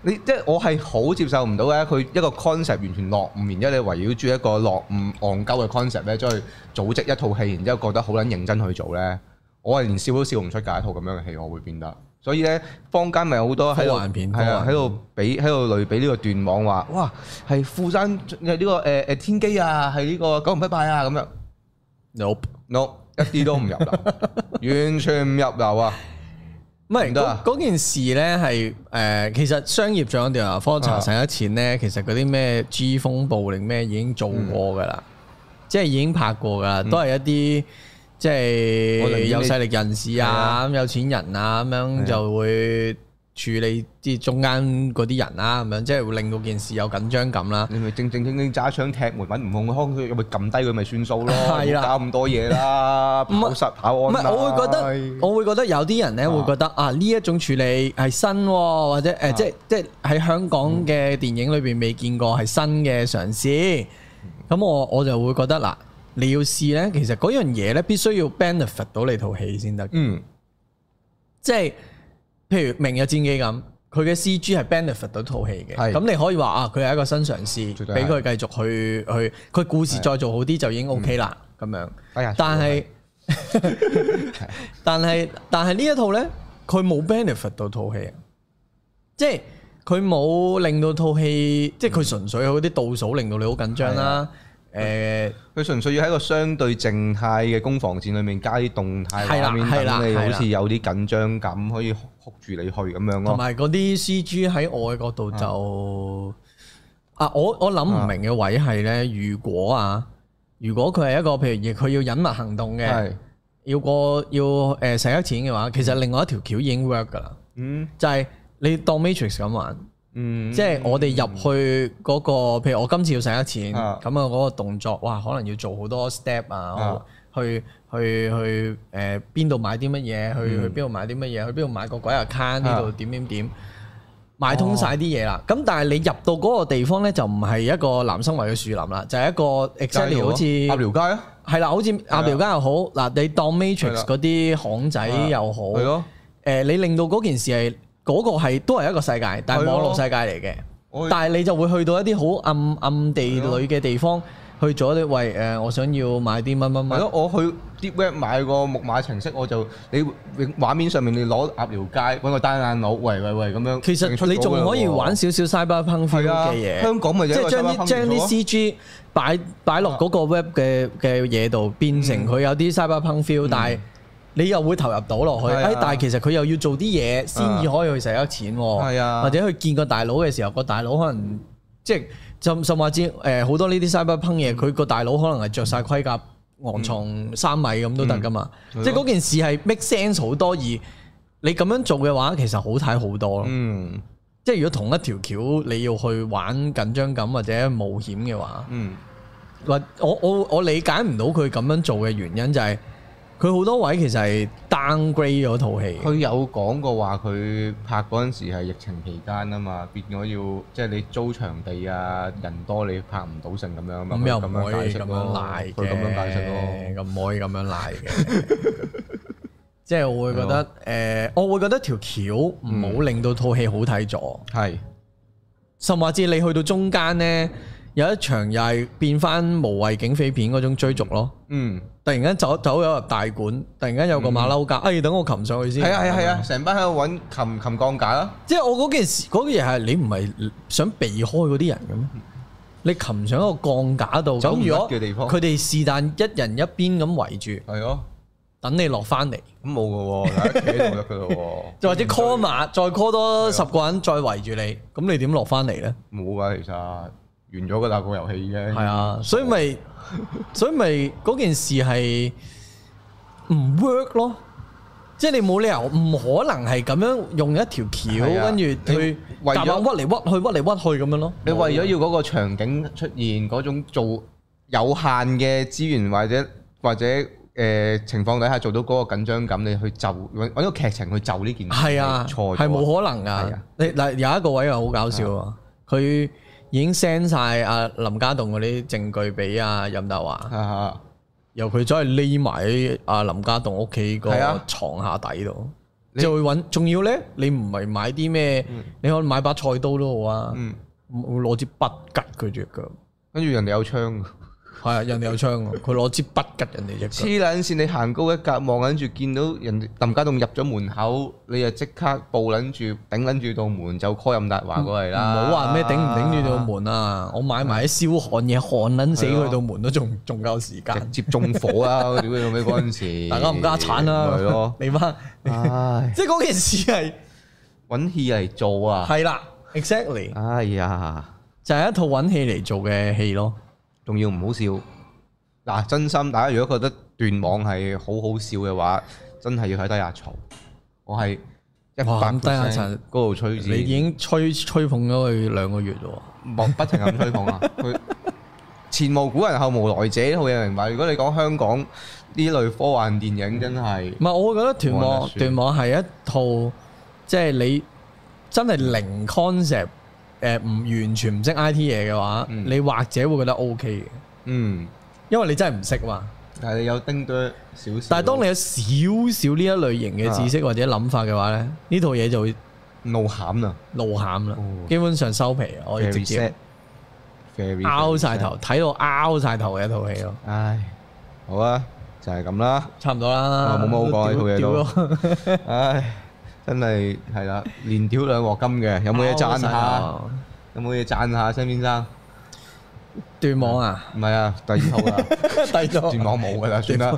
你即係我係好接受唔到嘅，佢一個 concept 完全落伍，然之後你圍繞住一個落伍戇鳩嘅 concept 咧，再去組織一套戲，然之後覺得好撚認真去做咧，我係連笑都笑唔出㗎，一套咁樣嘅戲我會變得。所以咧，坊間咪有好多喺
科幻片
度，係
科
啊
幻，
喺
片
度比喺度類比呢個斷網話，哇，係富山呢、個誒誒、天機啊，係呢個九龍不敗啊咁樣
Nope
，no 一啲都唔入 流，完全唔入流啊！
唔係
唔得
嗰
啊
嗰件事咧係誒，其實商業獎調查科啊查使咗錢咧，其實嗰啲咩 G 風暴定咩已經做過噶啦，
嗯
即係已經拍過噶啦，都係一啲即
我寧
係
願
有
你
勢力人士
係
啊、
啊
咁有錢人啊咁
係
樣
啊
就會處理啲中間嗰啲人啊，咁樣即係會令到件事有緊張感啦。
你咪正正經經揸槍踢門揾唔控康，佢咪撳低佢咪算數咯，
係
唔
啦
好搞咁多嘢啦，
唔係
跑實跑
唔
安
係，
啦
我會覺得，我會覺得有啲人咧
啊
會覺得啊，呢一種處理係新喎，或者誒，
啊嗯
即係即係喺香港嘅電影裏邊未見過係新嘅嘗試。咁我我就會覺得嗱，你要試咧，其實嗰樣嘢咧必須要 benefit 到你套戲先得。
嗯
即係譬如《明日戰記》咁，佢嘅 C G 係 benefit 到套戲嘅，
係
咁你可以話啊，佢係一個新嘗試，
絕對係
俾佢繼續去去，佢故事再做好啲就已經 OK 啦，咁樣。
嗯哎呀
但係 但係但係呢一套呢，佢冇 benefit 到套戲啊，即係佢冇令到套戲，即係佢純粹嗰啲倒數令到你好緊張啦。誒
佢純粹要喺一個相對靜態嘅攻防戰裏面加啲動態
係啦
畫面，
係啦
等你
係啦
好似有啲緊張感，可以哭住你去咁樣
同
咯。
埋嗰啲 CG 喺我嘅角度
嗯
就啊，我我諗唔明嘅位係呢：如果啊，如果佢係一個譬如佢要隱密行動嘅，
係
要過要誒使咗錢嘅話，其實另外一條橋已經 work 㗎啦。
嗯
就係你當 Matrix 咁玩，
嗯，
即係我哋入去嗰、個，譬如我今次要使一錢，咁啊
啊
嗰個動作，哇，可能要做好多 step 啊
啊，
去去去誒邊度買啲乜嘢，去
嗯
去邊度買啲乜嘢，去邊度買個鬼 account
啊
呢度點點點。買通晒啲嘢
哦
啦，咁但係你入到嗰個地方咧，就唔係一個南生圍嘅樹林啦，就係、一個 exactly 好似
鴨寮街啊，
係啦，好似鴨寮街又好，嗱你當
係
Matrix
啦
嗰啲巷仔又好，
係咯，
誒、你令到嗰件事係嗰、個係都係一個世界，但係
係咯
網絡世界嚟嘅，
我
但係你就會去到一啲好暗暗地裏嘅地方去咗啲喂誒、我想要買啲乜乜
係
乜，
咯，我去 Deep Web 買個木馬程式，我就你永畫面上面你攞鴨寮街揾個單眼佬，喂喂喂咁樣，
其
定出
實你
咗
仲
㗎
可以
喎
玩少少 cyberpunk feel
係啊
嘅嘢，
香港咪
即
有一個
係將
cyberpunk
啲將
元
啲
素咯啊
CG 擺擺落嗰個 web 嘅嘅嘢度，變
嗯
成佢有啲 cyberpunk feel，、但係。你又會投入到落去，誒、
係啊
但係其實佢又要做啲嘢先至可以去使咗錢喎，
係啊
或者去見個大佬嘅時候，個大佬可能即係甚甚或之誒好多呢啲 cyberpunk
嗯
嘢，佢個大佬可能係着晒盔甲、昂藏三米咁都得噶嘛，
嗯
即係嗰件事係 make sense 好多，而你咁樣做嘅話，其實好睇好多咯。
嗯
即係如果同一條橋你要去玩緊張感或者冒險嘅話，
嗯。
或我我我理解唔到佢咁樣做嘅原因就係佢好多位其實係 downgrade 咗套戲。
佢有講過話，佢拍嗰陣時係疫情期間啊嘛，變咗要即係你租場地啊，人多你拍唔到成咁樣啊嘛，
咁又唔
佢
可以
解釋
咁樣
咯
賴嘅，
佢咁樣解釋咯。
咁唔可以咁樣賴嘅。即係我會覺得誒，我會覺得條橋唔好令到套戲好睇咗，
係
甚或至你去到中間呢，有一場又係變翻無謂警匪片嗰種追逐咯。
嗯
突然間走走咗入大館，突然間有個馬騮架，哎，等我擒上去先。
係啊係啊係啊，成班喺度揾擒擒鋼架啦，
即係我嗰件事嗰件嘢係你唔係想避開嗰啲人嘅咩？你擒上一個鋼架度，
走唔
咁如果
甩嘅地方
佢哋是但一人一邊咁圍住，
係咯，
等你落翻嚟，
咁冇嘅喎，大家企喺度得嘅咯
就或者 call 碼，再 call
啊
多十個人再圍住你，咁你點落翻嚟呢？
喎，冇㗎其實完咗㗎啦個遊戲已經，
係啊，所以咪所以咪嗰件事係唔 work 咯，即係你冇理由唔可能係咁樣用一條橋
係啊
跟住
你
去
為
夾
咗
硬屈嚟屈去屈嚟屈去咁樣咯。
你為咗要嗰個場景出現嗰種做有限嘅資源或者或者誒、呃情況底下做到嗰個緊張感，你去就揾揾個劇情去就呢件事，
係啊，
錯咗
係冇可能
係
噶
啊。
你嗱有一個位又好搞笑啊，佢已經 send 晒阿林家棟嗰啲證據俾阿任達華，
啊
由佢走去匿埋喺阿林家棟屋企個
係啊
床下底度，
你
就會揾。仲要咧，你唔係買啲咩？你可以買把菜刀都好啊，
嗯，
會攞支筆拮佢只腳。
跟住人哋有槍，
係啊，人哋有槍 喎，佢攞支筆拮人哋只腳。
黐撚線！你行高一格望緊住，見到人哋林家棟入咗門口，你就即刻暴撚住頂撚住道門就 call 任達華過嚟
唔
啦！
好話咩頂唔頂住道，門啊！我買埋啲燒焊嘢，焊撚死佢道門都仲仲夠時間。
啊直接縱火啦！屌你老味嗰 陣時，
大家唔家產啦，
係咯，
你媽，
唉，
即係嗰件事係
揾戲嚟做啊！
係啦，exactly
哎呀，
就係一套揾戲嚟做嘅戲咯。
仲要唔好笑嗱，真心大家如果覺得斷網係好好笑嘅話，真係要睇低下槽。我係一
哇
百
咁低下槽
percent 嗰度吹
你已
字，
經吹吹捧咗佢兩個月咯，
莫不停咁吹捧 啊！佢前無古人後無來者，好嘢明白。如果你講香港呢類科幻電影，真係
唔係我會覺得斷
冇
網
人得
斷
輸
網係一套即係你真係
嗯
零 concept 誒唔完全唔識 I T 嘢嘅話，
嗯
你或者會覺得 O K 嘅，
嗯，
因為你真係唔識嘛。
但係你有叮多少啊少。
但係當你有少少呢一類型嘅知識或者諗法嘅話咧，呢套嘢就會
你怒喊啊
露餡啦
哦，
基本上收皮啦，我哋直
，very
接。
sad，very
拗
sad
晒頭，，睇到拗晒頭嘅一套戲咯，
唉，好啊，就係咁啦。
差唔多啦，
哦冇乜好講呢套嘢都
屌咯
唉，真係係啦，連屌兩鑊金嘅，有冇嘢
拗
讚
晒
下？
頭
有冇嘢讚下，新先生？
斷網啊，
唔係啊，第二套啦，
第二套
斷網冇噶啦，算啦。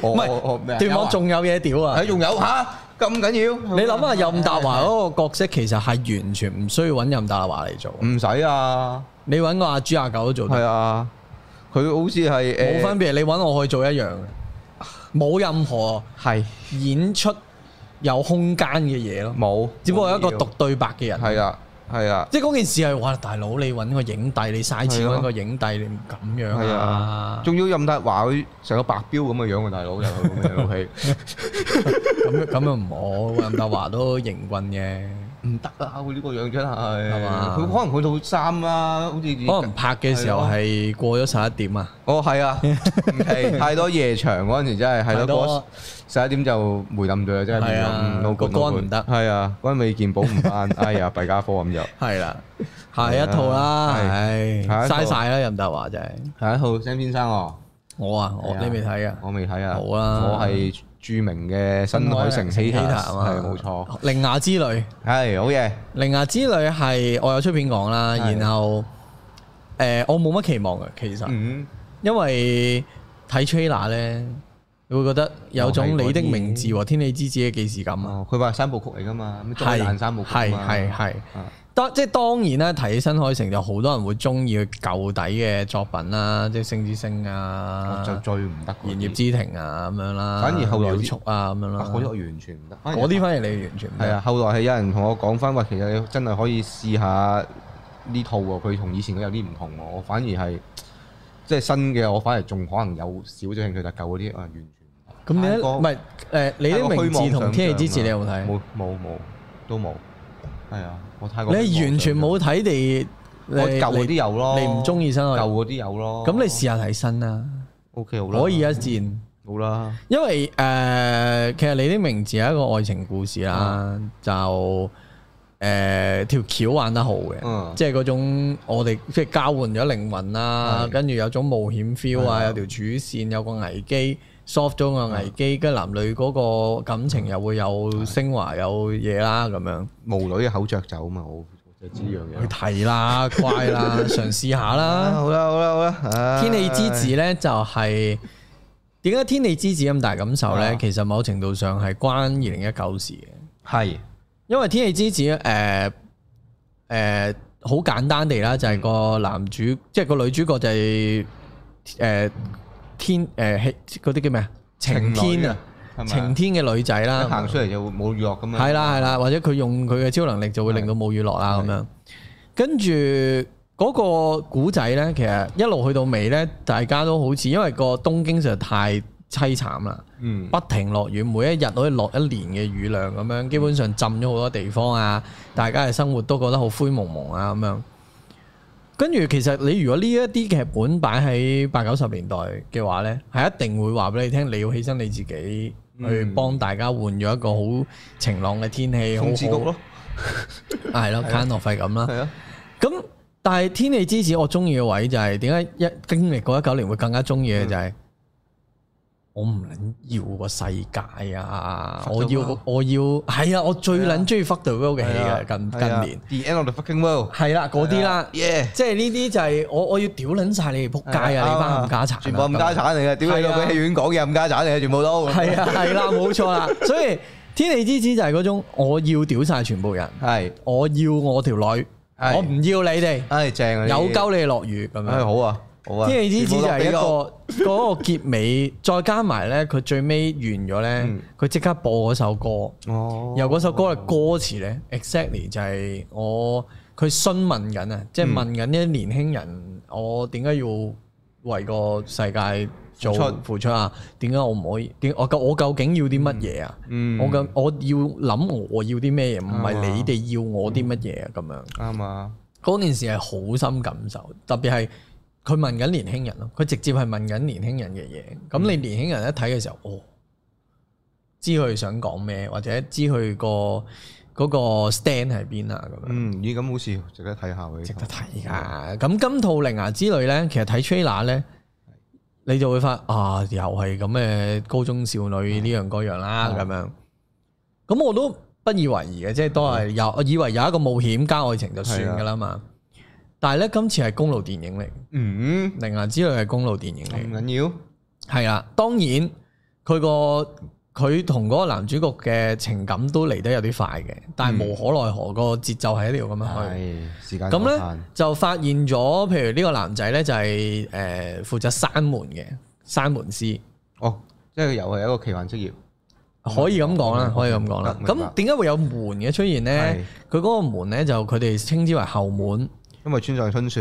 我
唔係
我我咩啊？
斷網仲有嘢屌啊
係！仲有吓咁緊要？
你諗下任達華嗰個角色其實係完全唔需要揾任達華嚟做，
唔使啊，
你揾個阿豬阿狗都做
係
得，
啊，佢好似係誒
冇分別。你揾我去做一樣嘅，冇任何
係
演出有空間嘅嘢咯，
冇，
只不過係一個
冇
讀對白嘅人。
必要係啊係啊，
即係嗰件事係哇，大佬你揾個影帝，你嘥錢
係啊
揾個影帝，你唔咁樣
係啊
啊，，
仲要任達華佢成個白標咁嘅樣啊，大佬就佢咁嘅遊戲
咁咁又唔好，任達華都型棍 嘅，
唔得啊！佢呢個樣真係，
係嘛
佢可能佢套衫啦，好似
可能拍嘅時候係過咗十一點啊，
哦，係 啊，唔係太多夜場嗰陣時真係係
太多
咯，嗰十一點就梅冧咗啦，真係變
係
咗
啊
嗯，no good，
個肝
no good
唔得
係啊，關美健保唔翻， 哎呀，弊家科咁就
係 啦，下一套啦，
係下
唉，
一套
嘥晒啦，任達華真係，
下一套啊 Sam 先生哦，
我啊，我
係啊
你未睇啊，
我未睇啊，
好啊
我係著名嘅新海誠 h a t
啊嘛，啊
係冇錯，，
鈴芽之旅，
係好嘢，
鈴芽之旅係我有出片講啦，
係
然後誒我冇乜期望嘅，其實。
嗯，
因為睇 trailer 咧，你會覺得有種你的名字和天氣之子嘅既視感啊！
哦佢話三部曲嚟㗎嘛，咩災難三部曲
係係係
啊
當即係當然啦，提起新海誠就好多人會中意佢舊底嘅作品啦，即係《星之星》啊
係，哦就最唔得嗰啲，
《言葉之庭》啊咁樣啦，
反而後來
秒速啊咁樣
啊嗰啲我
啦，
完全唔得，反而
嗰啲反而你完全唔
係
得
啊，後來係有人同我講翻，喂，其實你真係可以試下呢套喎，佢同以前嗰有啲唔同喎。我反而係即係新嘅，我反而仲可能有少少興趣，但舊嗰啲啊完全唔得
咁你咧
太過
唔係誒？你的名字同天氣之子你有冇睇？
冇冇冇都冇，係啊，我太過
你係完全冇睇地，
我舊嗰
你
啲啊有咯，
你唔中意新海
舊嗰啲有咯。
咁你試下睇新啦。
O K 好啦，
可以一戰，啊
冇啦，
因為誒、呃其實你啲名字係一個愛情故事啦，就誒、呃、條橋玩得好嘅，
嗯
即係嗰種我哋即係交換咗靈魂啦，
係
跟住有種冒險 feel 啊，
係
有條主線，有個危機 solve 咗個危機，跟住男女嗰個感情又會有升華有嘢啦，咁樣
巫女嘅口嚼酒啊嘛，我我就知呢樣
去
嘢。
提啦、乖啦、嘗試下
啊
啦。
好啦好啦好啦，唉
天氣之子咧就係點解天氣之子咁大感受咧
啊？
其實某程度上係關二零一九事嘅，
係
因為天氣之子誒誒好簡單地啦，就
嗯
係個男主即係個女主角就係誒天誒氣嗰啲叫咩啊？晴天啊，，
係咪
晴天嘅女仔
一
啦，
行出嚟就會冇雨落咁樣。
Ờ. 係啦係啦，或者佢用佢嘅超能力就會令到冇雨落啊啦咁樣。跟住嗰個古仔呢，其實一路去到尾呢，大家都好似因為個東京實在太凄慘啦，
嗯，
不停落雨，每一日都可以落一年嘅雨量咁樣，基本上浸咗好多地方啊，大家嘅生活都覺得好灰蒙蒙啊咁樣。跟住其實你如果呢一啲劇本擺喺八九十年代嘅話呢，係一定會話俾你聽，你要犧牲你自己去
嗯
幫大家換咗一個好晴朗嘅天氣，好
風之谷
好
咯，
係咯，卡諾費咁啦。
係啊，
咁但係天氣之子，我中意嘅位就係點解一經歷過一九年會更加中意嘅就
嗯
係、我唔撚要個世界啊！
Fuck the
我要
world
我要係啊！我最撚中意 Fuck the World 嘅戲
係啊啊
嘅近
係啊
近年
The End of the Fucking World
係啦嗰啲啦，
，yeah，
即係呢啲就係我我要屌撚晒你哋仆街啊！你班冚家產啊，
全部冚家產嚟嘅，屌你老
係啊
味，戲院講嘢冚家產嚟嘅，全部都
係啊係啦冇 錯啦，所以天氣之子就係嗰種我要屌晒全部人，
係，
我要我條女，
係
我唔要你哋，
唉正啊，呢啲
有鳩你哋落雨咁樣
唉。好啊好啊，
天氣之子就係一
全部都
個 嗰個結尾，再加埋咧佢最尾完咗咧
嗯，
佢即刻播嗰首歌，
俾我哦，
由嗰首歌嘅歌詞咧，exactly 就係我佢詢問緊啊，
嗯
即係問緊啲年輕人，我點解要為個世界
付
做
出
付出啊？點解我唔可以？點我究我究竟要啲乜嘢啊？
嗯
我究我要諗我要啲咩嘢，唔係
啱啊
你哋要我啲乜嘢啊？咁樣。
啱啊，
嗰件事係好深感受，特別係佢問緊年輕人咯，佢直接係問緊年輕人嘅嘢。咁你年輕人一睇嘅時候，哦，知佢想講咩，或者知佢個嗰個 stand 喺邊啊咁樣。
嗯咦咁好似值得睇下喎，
值得睇㗎。啊咁金兔靈牙之類咧，其實睇 trailer 咧，你就會發啊，又係咁嘅高中少女呢樣嗰樣啦
嗯
咁樣。咁我都不以為意嘅，即係都係有我以為有一個冒險加愛情就算㗎啦嘛。但係咧，今次係公路電影嚟，
嗯
靈牙之類係公路電影
咁
嚟，
緊要。
係啦。當然佢個佢同嗰個男主角嘅情感都嚟得有啲快嘅，但係無可奈何個節奏嗯係一定要咁樣去。
係時間
咁
有
咧
限
就發現咗，譬如呢個男仔咧就係誒負責閂門嘅閂門師，
哦，即係又係一個奇幻職業，
可以咁講啦，
明白
可以咁講啦。
嗯明白
咁點解會有門嘅出現咧？佢嗰個門咧就佢哋稱之為後門，
因為村上春樹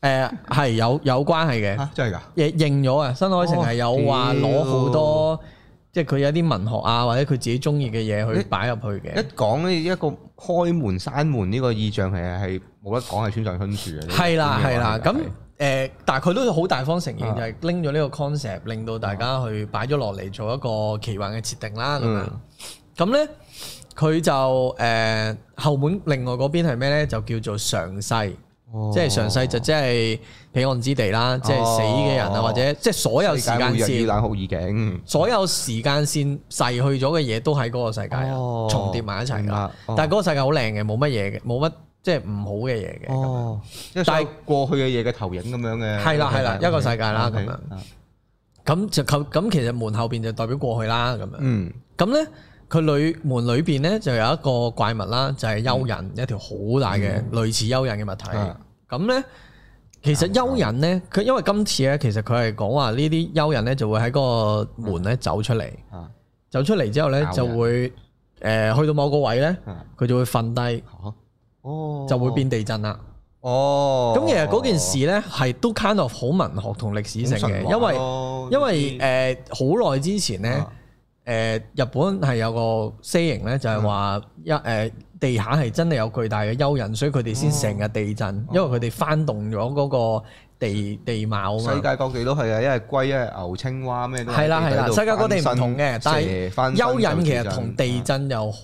誒係有有關係嘅，
嚇真係㗎，
亦認咗啊！新海
哦
誠係有話攞好多，即係佢有啲文學啊，或者佢自己中意嘅嘢去擺入去
一
嘅。
講呢一個開門閂門呢個意象係係冇得講係村上春樹嘅，呢個
係啦
呢個
係啦，
啊係
咁誒，但係佢都好大方承認，
啊
就係拎咗呢個 concept，令到大家去擺咗落嚟做一個奇幻嘅設定啦。咁樣
嗯
咁咧，佢就誒後門另外嗰邊係咩咧？就叫做上世，
哦
即係上世就即係彼岸之地啦，即係死嘅人啊，
哦
或者即係所有
世
時
界
間
末日與
線，
冷酷意境，
所有時間線逝去咗嘅嘢都喺嗰個世界啊
哦
重疊埋一齊
明
㗎
白。哦
但係嗰個世界好靚嘅，冇乜嘢嘅，冇乜即係唔好嘅嘢嘅。
哦，即係
但
所
係
有過去嘅嘢嘅投影咁樣嘅，
係啦係啦一個世界啦
OK，
咁樣
啊
咁就咁咁，其實門後邊就代表過去啦，咁樣。
嗯
咁咧，佢裏門裏邊咧就有一個怪物啦，就係蚯蚓，一條好大嘅類似蚯蚓嘅物體
嗯啊。
咁咧，其實蚯蚓咧，佢因為今次啊咧，其實佢係講話呢啲蚯蚓咧就會喺個門咧走出嚟，
啊
走出嚟之後咧
咬人
就會誒去到某個位咧，
啊
佢就會瞓低，
嚇哦
就會變地震啦。
哦，
咁其實嗰件事咧係都 kind
哦
of 呃好文學同歷史性嘅，因為因為誒好耐之前咧
啊，
誒日本係有個 saying 咧，就係話
嗯
一誒地下係真係有巨大嘅蚯蚓，所以佢哋
哦
先成日地震，因為佢哋翻動咗嗰個地地貌啊
世
嘛。
界各地都係啊，一係龜，一係牛、青蛙咩都
係啦係啦世界各地唔
身
同嘅但係
蛇翻身
蚯蚓其
就
實
自
同
盡
地震又好，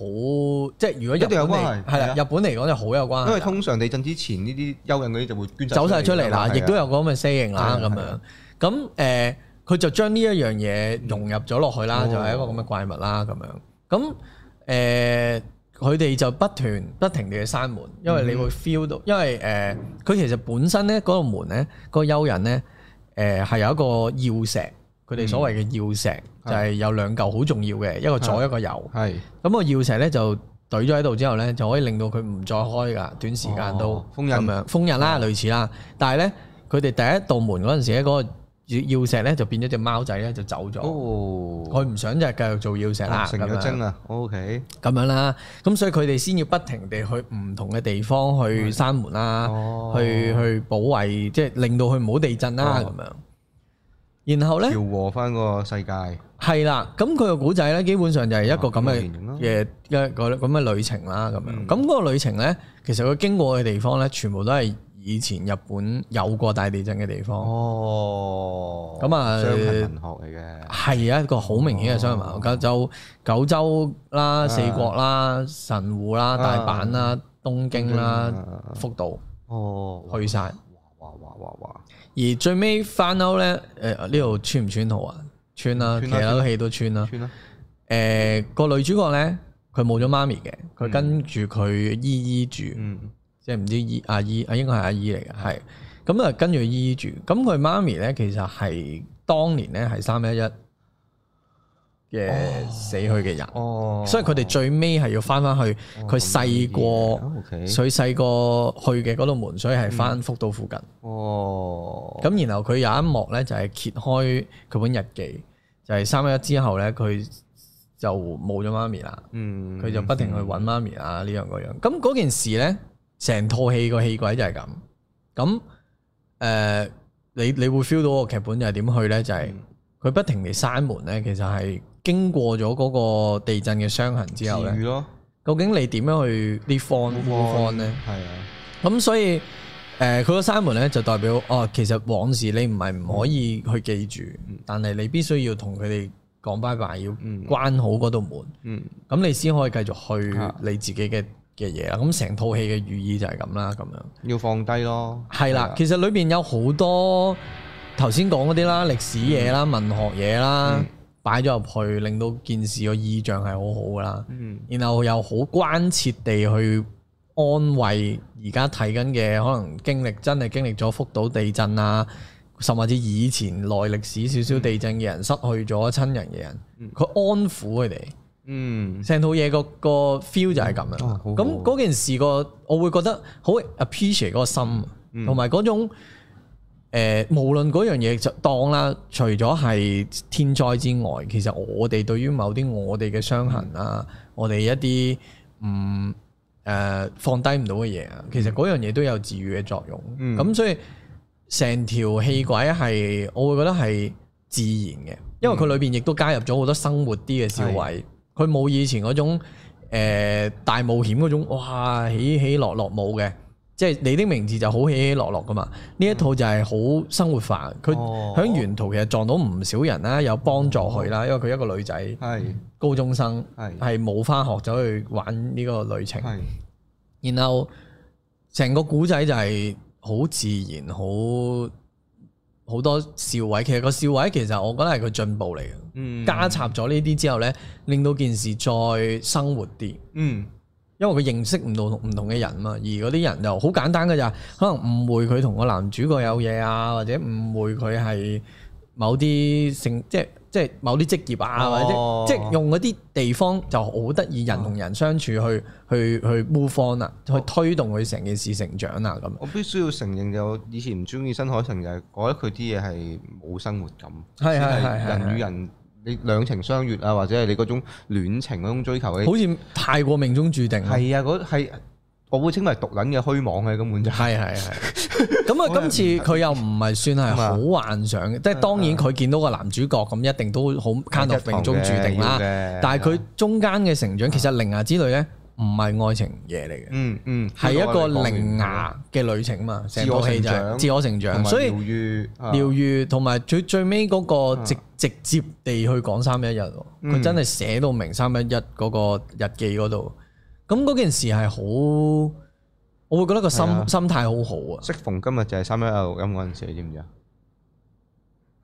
即係如果日
一定有
本
關
嚟
係
係
係
啦，
啊
日本嚟講就好有關係啦。
因為通常地震之前呢啲蚯蚓嗰啲就會捐
啊走晒出嚟啦，亦都
有
有個咁嘅 saying 啦，
係
咁
啊
樣。咁誒，佢就將呢一樣嘢融入咗落去啦，
哦
就係一個咁嘅怪物啦，咁樣。咁誒，佢哋就不斷不停地去閂門，因
嗯
為你會 feel 到，因為誒，佢其實本身咧嗰個門咧，嗰個蚯蚓咧，誒係有一個要石，佢哋所謂嘅要石就係有兩嚿好重要嘅，一個左一個右。
嗯係
咁個要石咧就懟咗喺度之後咧，就可以令到佢唔再開噶，短時間都、
哦封印
咁樣封印啦，類似啦。但係咧，佢哋第一道門嗰陣時咧，嗰、個要石咧就變咗只貓仔咧就走咗，佢
哦，
唔、想就係繼續做要石啦，
成
咁
咗
樣
精啊，OK，
咁樣啦。咁所以佢哋先要不停地去唔同嘅地方去閂門啦，
哦
啊去去保衞，即係令到佢唔好地震啦咁、樣。然後咧。
調和翻個世界，
係啦，咁佢個古仔咧，基本上就係一個咁
啊咁咪
嘅
完整咯
嘅嘅個咁嘅旅程啦，咁樣。
嗯
咁嗰個旅程咧，其實佢經過嘅地方咧，全部都係以前日本有過大地震嘅地方，
哦，
咁啊
傷痕哦文學嚟嘅，
係啊一個好明顯嘅商文九州、九州
啊
啦、四國啦、神戶啦、大阪啦、東京啦、
嗯
福島
哦，
去晒。
哇哇哇哇哇，
而最尾翻歐咧，誒呢度穿唔穿好啊？穿啦，其
嗯穿啦
他都戲都穿啦。
穿啦，
誒個女主角咧，佢冇咗媽咪嘅，佢跟住佢姨姨住，
嗯，
即係唔知姨阿姨啊，應該係阿姨嚟嘅，係咁啊，跟住姨姨住。咁佢媽咪咧，其實係當年咧係三一一嘅死去嘅人，
哦，
所以佢哋最尾係要翻翻去佢細個，
啊，OK，
佢細個去嘅嗰度門，所以係翻福島附近。
哦，
咁然後佢有一幕咧，就係揭開佢本日記，就係三一一之後咧，佢就冇咗媽咪啦。
嗯，
佢就不停去揾媽咪啊，呢樣嗰樣。咁嗰件事呢，成套戲個戲軌就係咁。咁誒、呃你你會 feel 到個劇本就係點去呢？就係、
嗯
佢不停地閂門呢，其實係經過咗嗰個地震嘅傷痕之後
治愈
呢，
咯，
究竟你點樣去 r e f o r m move on 咧？
係啊。
咁所以誒，呃佢個閂門咧就代表哦，其實往事你唔係唔可以
嗯
去記住，但係你必須要同佢哋講拜拜，要
嗯
關好嗰道門。
嗯，
咁你先可以繼續去
啊
你自己嘅嘅嘢啦。咁成套戲嘅寓意就係咁啦，咁樣
要放低咯。
係啦。其實裏邊有好多頭先講嗰啲啦，歷史嘢啦、文學嘢啦，擺咗入去，令到件事個意象係好好噶啦。
嗯，
然後又好關切地去安慰而家睇緊嘅可能經歷真係經歷咗福島地震啊，甚至以前耐歷史少少地震嘅人失去咗親人嘅人，佢安撫佢哋。
嗯，
成套嘢個個 feel 就係咁樣。
哦好好
咁嗰件事個，我會覺得好 appreciate 嗰個心，啊同埋嗰種誒、呃，無論嗰樣嘢就當啦，除咗係天災之外，其實我哋對於某啲我哋嘅傷痕啊，我哋一啲唔誒呃放低唔到嘅嘢啊，其實嗰樣嘢都有治愈嘅作用。
嗯
咁、所以成條氣軌係，我會覺得係自然嘅，因
嗯
為佢裏邊亦都加入咗好多生活啲嘅笑位，佢冇以前嗰種、呃、大冒險嗰種，哇起起落落冇嘅，即係你的名字就好起起落落噶嘛。呢一套就係好生活化，佢
哦嗯
喺沿途其實撞到唔少人啦，有幫助佢啦，因為佢一個女仔
係
高中生
係
係冇翻學走去玩呢個旅程。
係
然後成個古仔就係好自然，好好多笑位。其實個笑位其實我覺得係佢進步嚟嘅，
嗯
加插咗呢啲之後呢，令到件事再生活啲。
嗯
因為佢認識唔到唔同嘅人嘛，而嗰啲人就好簡單嘅咋，可能誤會佢同個男主角有嘢啊，或者誤會佢係某啲性，即係即係某啲職業啊，
哦
或者即係用嗰啲地方就好得意，人同人相處去去去 move on 啊，去推動佢成件事成長啊咁。
我必須要承認，就我以前唔中意新海誠，就係覺得佢啲嘢係冇生活感，
係
先
係係係
人與人你兩情相悅啊，或者係你嗰種戀情嗰種追求嘅，
好似太過命中注定，
係啊，嗰係我會稱為毒撚嘅虛妄嘅根本就係
係係係。咁啊，今次佢又唔係算係好幻想嘅，即係當然佢見到個男主角咁，一定都好 kind of 命中注定啦。但係佢中間嘅成長，其實《靈牙之旅》咧唔係愛情嘢嚟嘅，
嗯嗯
係一個靈牙嘅旅程嘛。成套戲就係
自
自我成長，所
所以
以
啊
療愈同埋最最尾嗰個直直接地去講三一一喎，佢
嗯
真係寫到明三一一嗰個日記嗰度。咁嗰件事係好，我會覺得個心
係啊
心態好好啊。
適逢今日就係三一一錄音嗰陣時，你知唔知啊？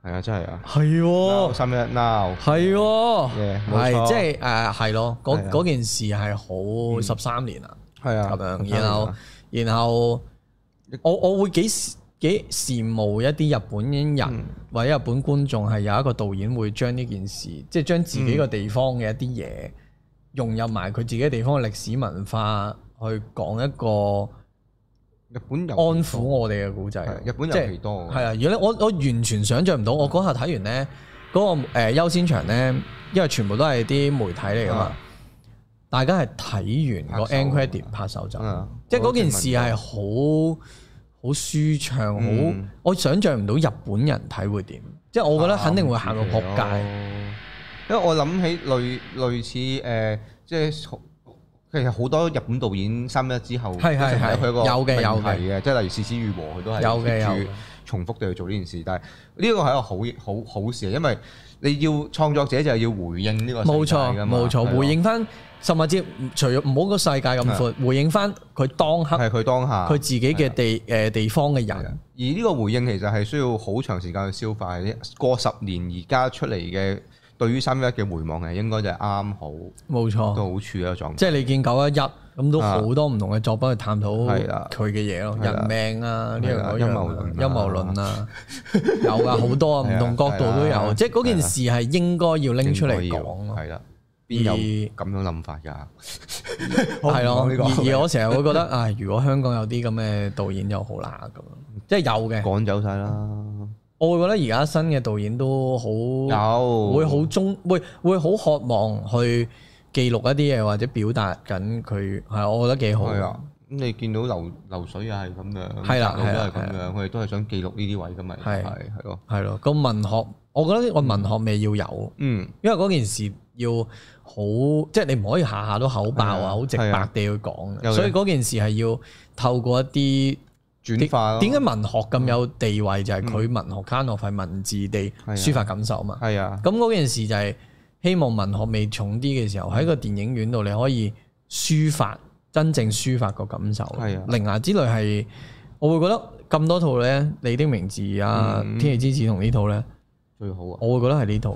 係啊，真係啊！
係喎，
三一一 now
係喎，
Yeah，冇
係
錯
即係誒係咯，
係
嗰
啊
嗰件事係好十三年啦
係啊，
咁樣，然後然後我我會幾幾羨慕一啲日本
嗯
人或者日本觀眾係有一個導演會將呢件事，即係將自己個地方嘅一啲嘢融入埋佢自己地方嘅歷史文化去講一個
日本人
安撫我哋嘅古仔。
係日本
即
人
係
皮多
係啊，如果咧，我我完全想像唔到，我嗰下睇完咧，嗰、個誒、呃、優先場咧，因為全部都係啲媒體嚟噶嘛，
啊
大家係睇完個
拍手
end credit 拍手就，
啊
即係嗰件事係好好舒暢，好、
嗯
我想像唔到日本人睇會點，即係我覺得肯定會行到撲街，
街。啊因為我諗起類類似誒、呃即係其實好多日本導演三一之後，
係係係
佢個
有嘅有嘅
命題嘅，即係例如《獅子與和》，佢都係
有嘅有
貼
嘅
住重複地去做呢件事。但係呢個係一個好好好事，因為你要創作者就係要回應呢個世界㗎
冇錯
嘛
冇錯，
係咯
回應翻，甚至除咗唔好個世界咁闊，回應翻佢當刻
係佢當下
佢自己嘅地誒地方嘅
係啊
人，
而呢個回應其實係需要好長時間去消化嘅。過十年而家出嚟嘅對於三一嘅回望係應該就係啱好
冇錯。
都好處嘅一個狀態。
即係你見九一一咁都好多唔同嘅作品去探討
係啦
佢嘅嘢咯，
係啦
人命啊呢樣
係啦
嗰樣
陰
啊
謀論啊
陰謀論啊，有噶好多啊，
係
唔
啊
同角度都
係啊
有，
啦
即係嗰件事係應該要拎出嚟講咯，
係啦，邊有
而
咁樣諗法㗎？
係咯。
我唔講呢個
而而我成日會覺得， 唉，如果香港有啲咁嘅導演就好啦咁，即係有嘅。
趕走晒啦，
我會覺得而家新嘅導演都好
有
會好中會會好渴望去記錄一啲嘢或者表達緊佢係，我覺得幾好。
係啊。咁你見到流流水又係咁樣，
係啦
窄路都係
係啦啊
咁樣，佢哋都係想記錄呢啲位㗎嘛，係
係
係咯，
係咯，個文學，我覺得個文學味要有，
嗯，
因為嗰件事要好，即係你唔可以下下都口爆
係
啊，
啊
好直白地去講
係
嘅，
啊
所以嗰件事係要透過一啲
轉化咯，嗯
點解文學咁有地位，就係佢文學 kind of 係文字地
啊
抒發感受嘛。
係啊，
咁嗰件事就係希望文學味重啲嘅時候，喺個電影院度你可以抒發真正抒發個感受。
係啊
《靈牙之旅》係我會覺得咁多套咧，《你的名字》啊，
嗯
《天氣之子》同呢套咧。
最好啊，
我會覺得係呢套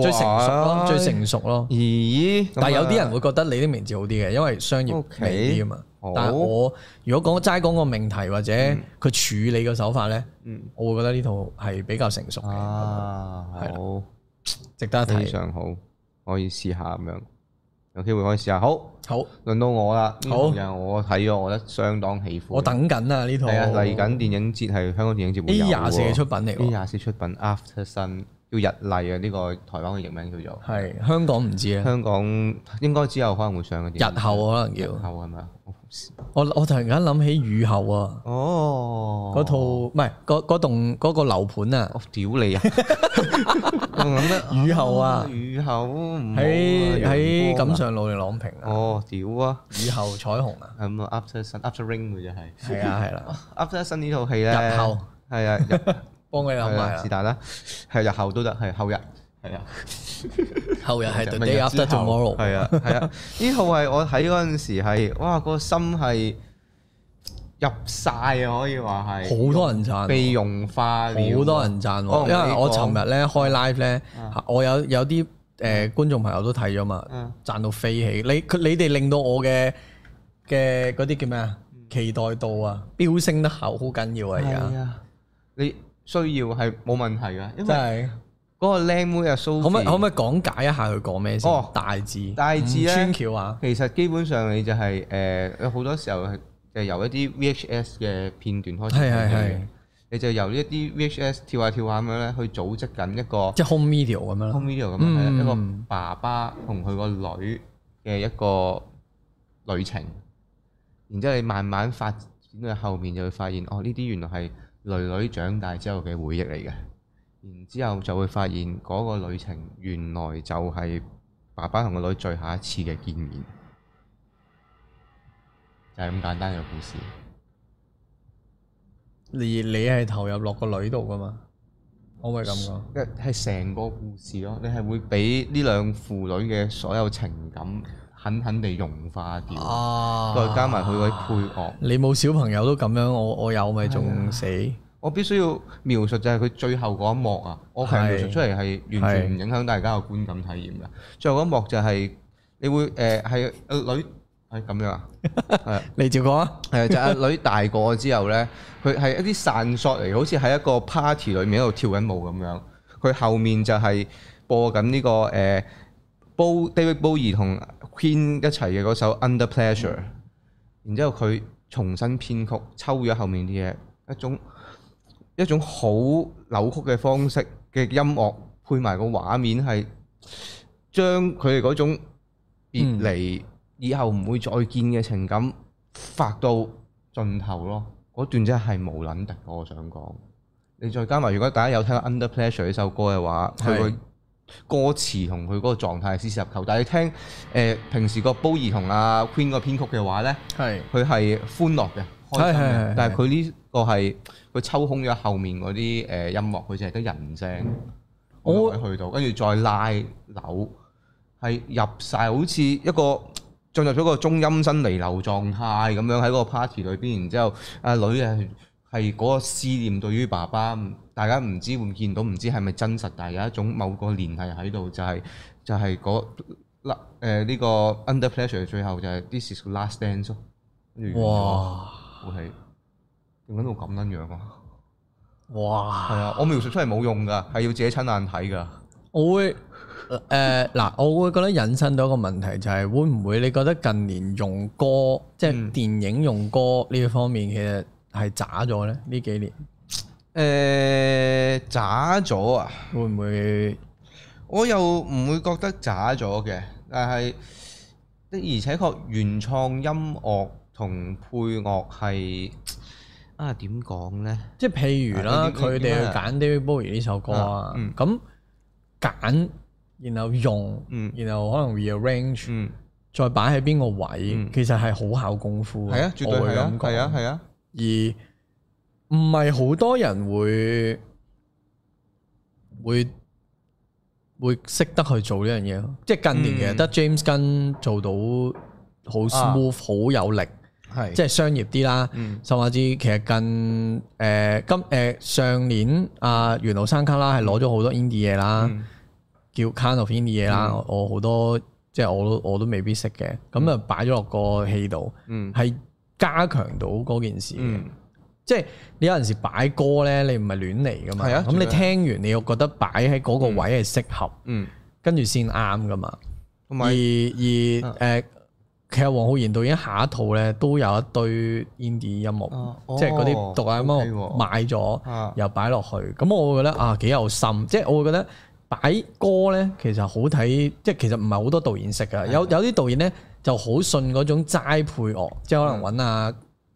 最成熟咯，
哇
最成熟咯。
咦？咁
但係有啲
啊
人會覺得你啲名字好啲嘅，因為商業
OK，
味啲啊嘛。
好
但係我如果講齋講個命題或者佢處理嘅手法咧，
嗯
我會覺得呢套係比較成熟嘅，
啊，
係啦
好，
值得一
非
睇。
常好，可以試下咁樣，有機會可以試下。好，
好，
輪到我啦，呢
好
套嘢我睇咗，我覺得相當喜歡。
我等緊啊呢套。
係啊，嚟緊電影節係香港電影節會
A
有
廿四嘅出品嚟
A
喎，
廿四出品 After Sun 叫日麗啊，呢個台灣嘅譯名叫做。
係啊香港唔知啊，
香港應該之後可能會上嘅電影節。
日後可能
日
叫。
後係咪啊？
我我突然間諗起雨後啊，
哦，
嗰套唔係嗰嗰棟嗰個樓盤啊，
我屌你啊！ 我諗得哦
雨後啊
雨後唔好啊
喺喺
陽光啊
錦上路定朗屏啊，
哦，屌啊！
雨後彩虹啊。
咁啊，After Sun、After Ring 嘅就係
係啊係 啦，
After Sun 呢套戲咧，
日後
係啊，日
幫佢諗
係
埋
啊，是
啦。
但啦，係日後都得，係後日，係啊，
後日係 the
明日
day
之
after
後
tomorrow。
係啊係啊，呢套係我睇嗰陣時係，哇個心係入晒啊，可以話係
好多人讚，
被融化了，
好多人讚
我同
喎。因為
你
我
講啊
尋日咧開 live 咧，我有有啲誒觀眾朋友都睇咗嘛
嗯，
讚到飛起。你佢你哋令到我嘅嘅嗰啲叫咩啊？期待度啊，飆升得好好緊要啊！而
嗯係
家
啊，你需要係冇問題㗎，因
真
為
係
嗰個靚妹啊蘇，
可唔可以可唔可以講解一下佢講咩
哦
先？大致
大致
唔
呢
穿橋啊，
其實基本上你就係、誒、有好多時候係就由一啲 VHS 嘅片段開始
係係
睇起
係
嘅，你就由一啲 VHS 跳下跳下咁樣咧，去組織緊一個
即係 home video 咁樣啦。
home video 咁樣，
嗯
係一個爸爸同佢個女嘅一個旅程。然之後你慢慢發展到後面就會發現，哦呢啲原來係女女長大之後嘅回憶嚟嘅。然之後就會發現嗰個旅程原來就係爸爸同個女最後一次嘅見面，就係、咁簡單嘅故事。
而你係投入落個女度噶嘛？可唔可以咁講？
一係成個故事咯，你係會俾呢兩父女嘅所有情感狠狠地融化掉，
啊
再加埋佢嗰啲配樂。
你冇小朋友都咁樣，我我有咪
啊
仲死？
我必須要描述就係佢最後嗰一幕啊！我係描述出嚟係完全唔影響大家嘅觀感體驗嘅。最後嗰一幕就係、你會誒係、呃女係咁樣啊，係啊。
你照講啊！
係就阿女大個咗之後咧，佢係一啲散索嚟，好似喺一個 party 裏面喺度跳緊舞咁樣。佢後面就係播緊呢、個誒、呃 Bo- David Bowie 同 Queen 一齊嘅嗰首 Under Pressure，然之後佢重新編曲，抽咗後面啲嘢，一種一種好扭曲嘅方式嘅音樂配埋個畫面係將佢哋嗰種別離、以後唔會再見嘅情感發到盡頭咯。嗰段真係無撚敵，我想講。你再加埋，如果大家有聽過 Under Pressure 呢首歌嘅話，佢個
係
歌詞同佢嗰個狀態係絲絲入扣。但係你聽誒、呃平時個 b o 同阿 Queen 個編曲嘅話咧，
係
佢係歡樂嘅、開心
係係係
嘅，但係佢呢個係佢抽空咗後面嗰啲誒音樂，佢淨係得人聲，
我
我去到，跟住再拉扭，係入晒好似一個進入咗個中音身離流狀態咁樣喺個 party 裏邊，然之後阿啊女係係嗰個思念對於爸爸，大家唔知會唔會見到，唔知係咪真實，但係有一種某個聯繫喺度，就係、就係嗰嗱誒呢個 Under Pressure 最後就係 This is the last dance 咯，跟住完咗
哇
好戲，點解到咁撚樣啊？係
哇！
啊，我描述出嚟冇用㗎，係要自己親眼睇㗎。
我會誒嗱，我會覺得引申到一個問題，就係會唔會你覺得近年用歌，即係
嗯
電影用歌呢方面，其實係渣咗咧？呢幾年
誒渣咗啊！
會唔會
我又唔會覺得渣咗嘅，但係的而且確原創音樂同配樂係啊點講呢？
即係譬如啦，
啊你點
佢哋
點
去
啊
揀 David Bowie 呢首歌啊
啊嗯，
咁揀然後用
嗯，
然後可能 rearrange。
嗯，
再擺喺邊個位，
嗯
其實係好考功夫嘅。
係啊，絕對
我會
係啊
咁，講
係啊，係啊，
而唔係好多人會會會識得去做呢樣嘢咯。即係近年
嗯
其實得 James Gunn 做到好
啊
smooth、好有力，
係
即係商業啲啦。
嗯
甚至其實近誒、呃今誒、呃上年啊，袁老生卡啦係攞咗好多 indie 嘢啦。
嗯
叫 kind of indie 嘢啦，
嗯
我好多即係我都我都未必識嘅，咁啊擺咗落個戲度，
嗯
係加強到嗰件事嘅。
嗯
即係你有陣時擺歌咧，你唔係亂嚟噶嘛，
係啊
咁
絕
你
對係
聽完你又覺得擺喺嗰個位係適合，
嗯，
跟住先啱噶嘛。
同
而而
埋
誒、
啊
其實黃浩然導演下一套咧都有一堆 indie 音樂，
哦
即係嗰啲獨立音樂
買
買咗。
啊，
又擺落去，咁我會覺得啊幾有心，即係我會覺得擺歌咧其實好睇，即係其實唔係好多導演識噶，有有啲導演咧就好信嗰種齋配樂，即係可能揾啊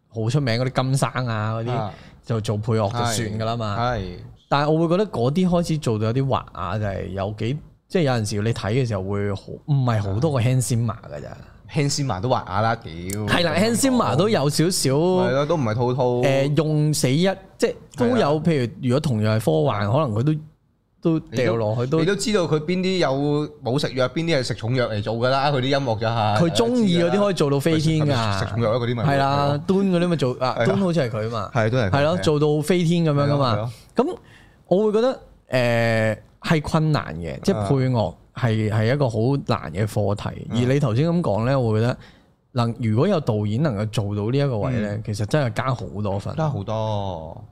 好出名嗰啲金生啊嗰啲
嗯啊
就做配樂就算噶啦嘛。
係
但係我會覺得嗰啲開始做到有啲滑啊，就係、有幾即係有陣時你睇嘅時候會好唔係好
啊
多個 hand s i m m e 㗎咋。
Hans Zimmer 都畫牙啦，屌
係啦 h a n s i m m e 都有少少。
嗯係啦，都唔係套套
誒、呃用死一即係都
啊
有，譬如如果同樣係科幻，可能佢都都掉落去都
你，都知道佢邊啲有冇食藥，邊啲係食重藥嚟做㗎啦。佢啲音樂就係
佢中意嗰啲可
以
以做到飛天㗎，
食重藥嗰啲咪
係啦，端嗰啲咪做啊，
係啊
端好似係佢嘛，
係都係佢
係咯，
係啊
做到飛天咁樣㗎
係啊
嘛
咯。
咁我會覺得誒係、困難嘅，即係
啊
配樂係係一個好難嘅課題。而你頭先咁講咧，我會覺得能如果有導演能夠做到呢一個位咧，其實真係加好多分。
嗯加好多。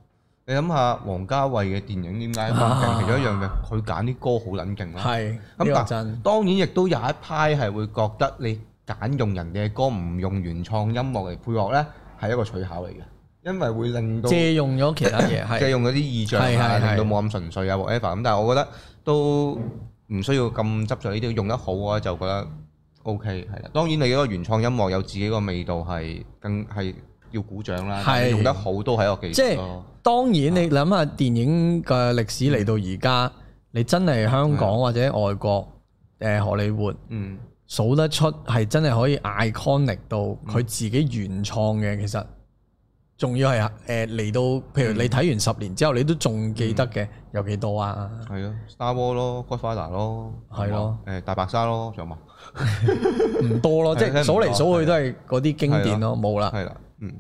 你諗下王家衞嘅電影點解咁勁？
啊
其中一樣嘅，佢揀啲歌好撚勁啦。
係呢
咁
個
但
真
當然亦都有一派係會覺得你揀用人哋嘅歌唔用原創音樂嚟配樂咧，係一個取巧嚟嘅，因為會令到
借用咗其他嘢係
即係。用嗰啲意象
係
啊，
係係
令到冇咁純粹啊 whatever 咁。但係我覺得都唔需要咁執着呢啲，用得好啊就覺得 OK 係啦。當然你嗰個原創音樂有自己個味道係更係要鼓掌啦，
係
但係用得好都係一個技
即
術
係
咯。
當然，你諗下電影嘅歷史嚟到而家，你真係香港或者外國誒、荷里活
嗯
數得出係真係可以 iconic 到佢自己原創嘅，其實仲要係誒嚟到，譬如
嗯
你睇完十年之後，你都仲記得嘅有幾多啊？
係咯，Star War 咯，Godfather 咯，
係咯，
誒大白鯊咯，仲有嘛？
唔多咯，
係
即係
真係唔
數嚟
多
數去都係嗰啲經典咯，冇啦。
係啦，嗯，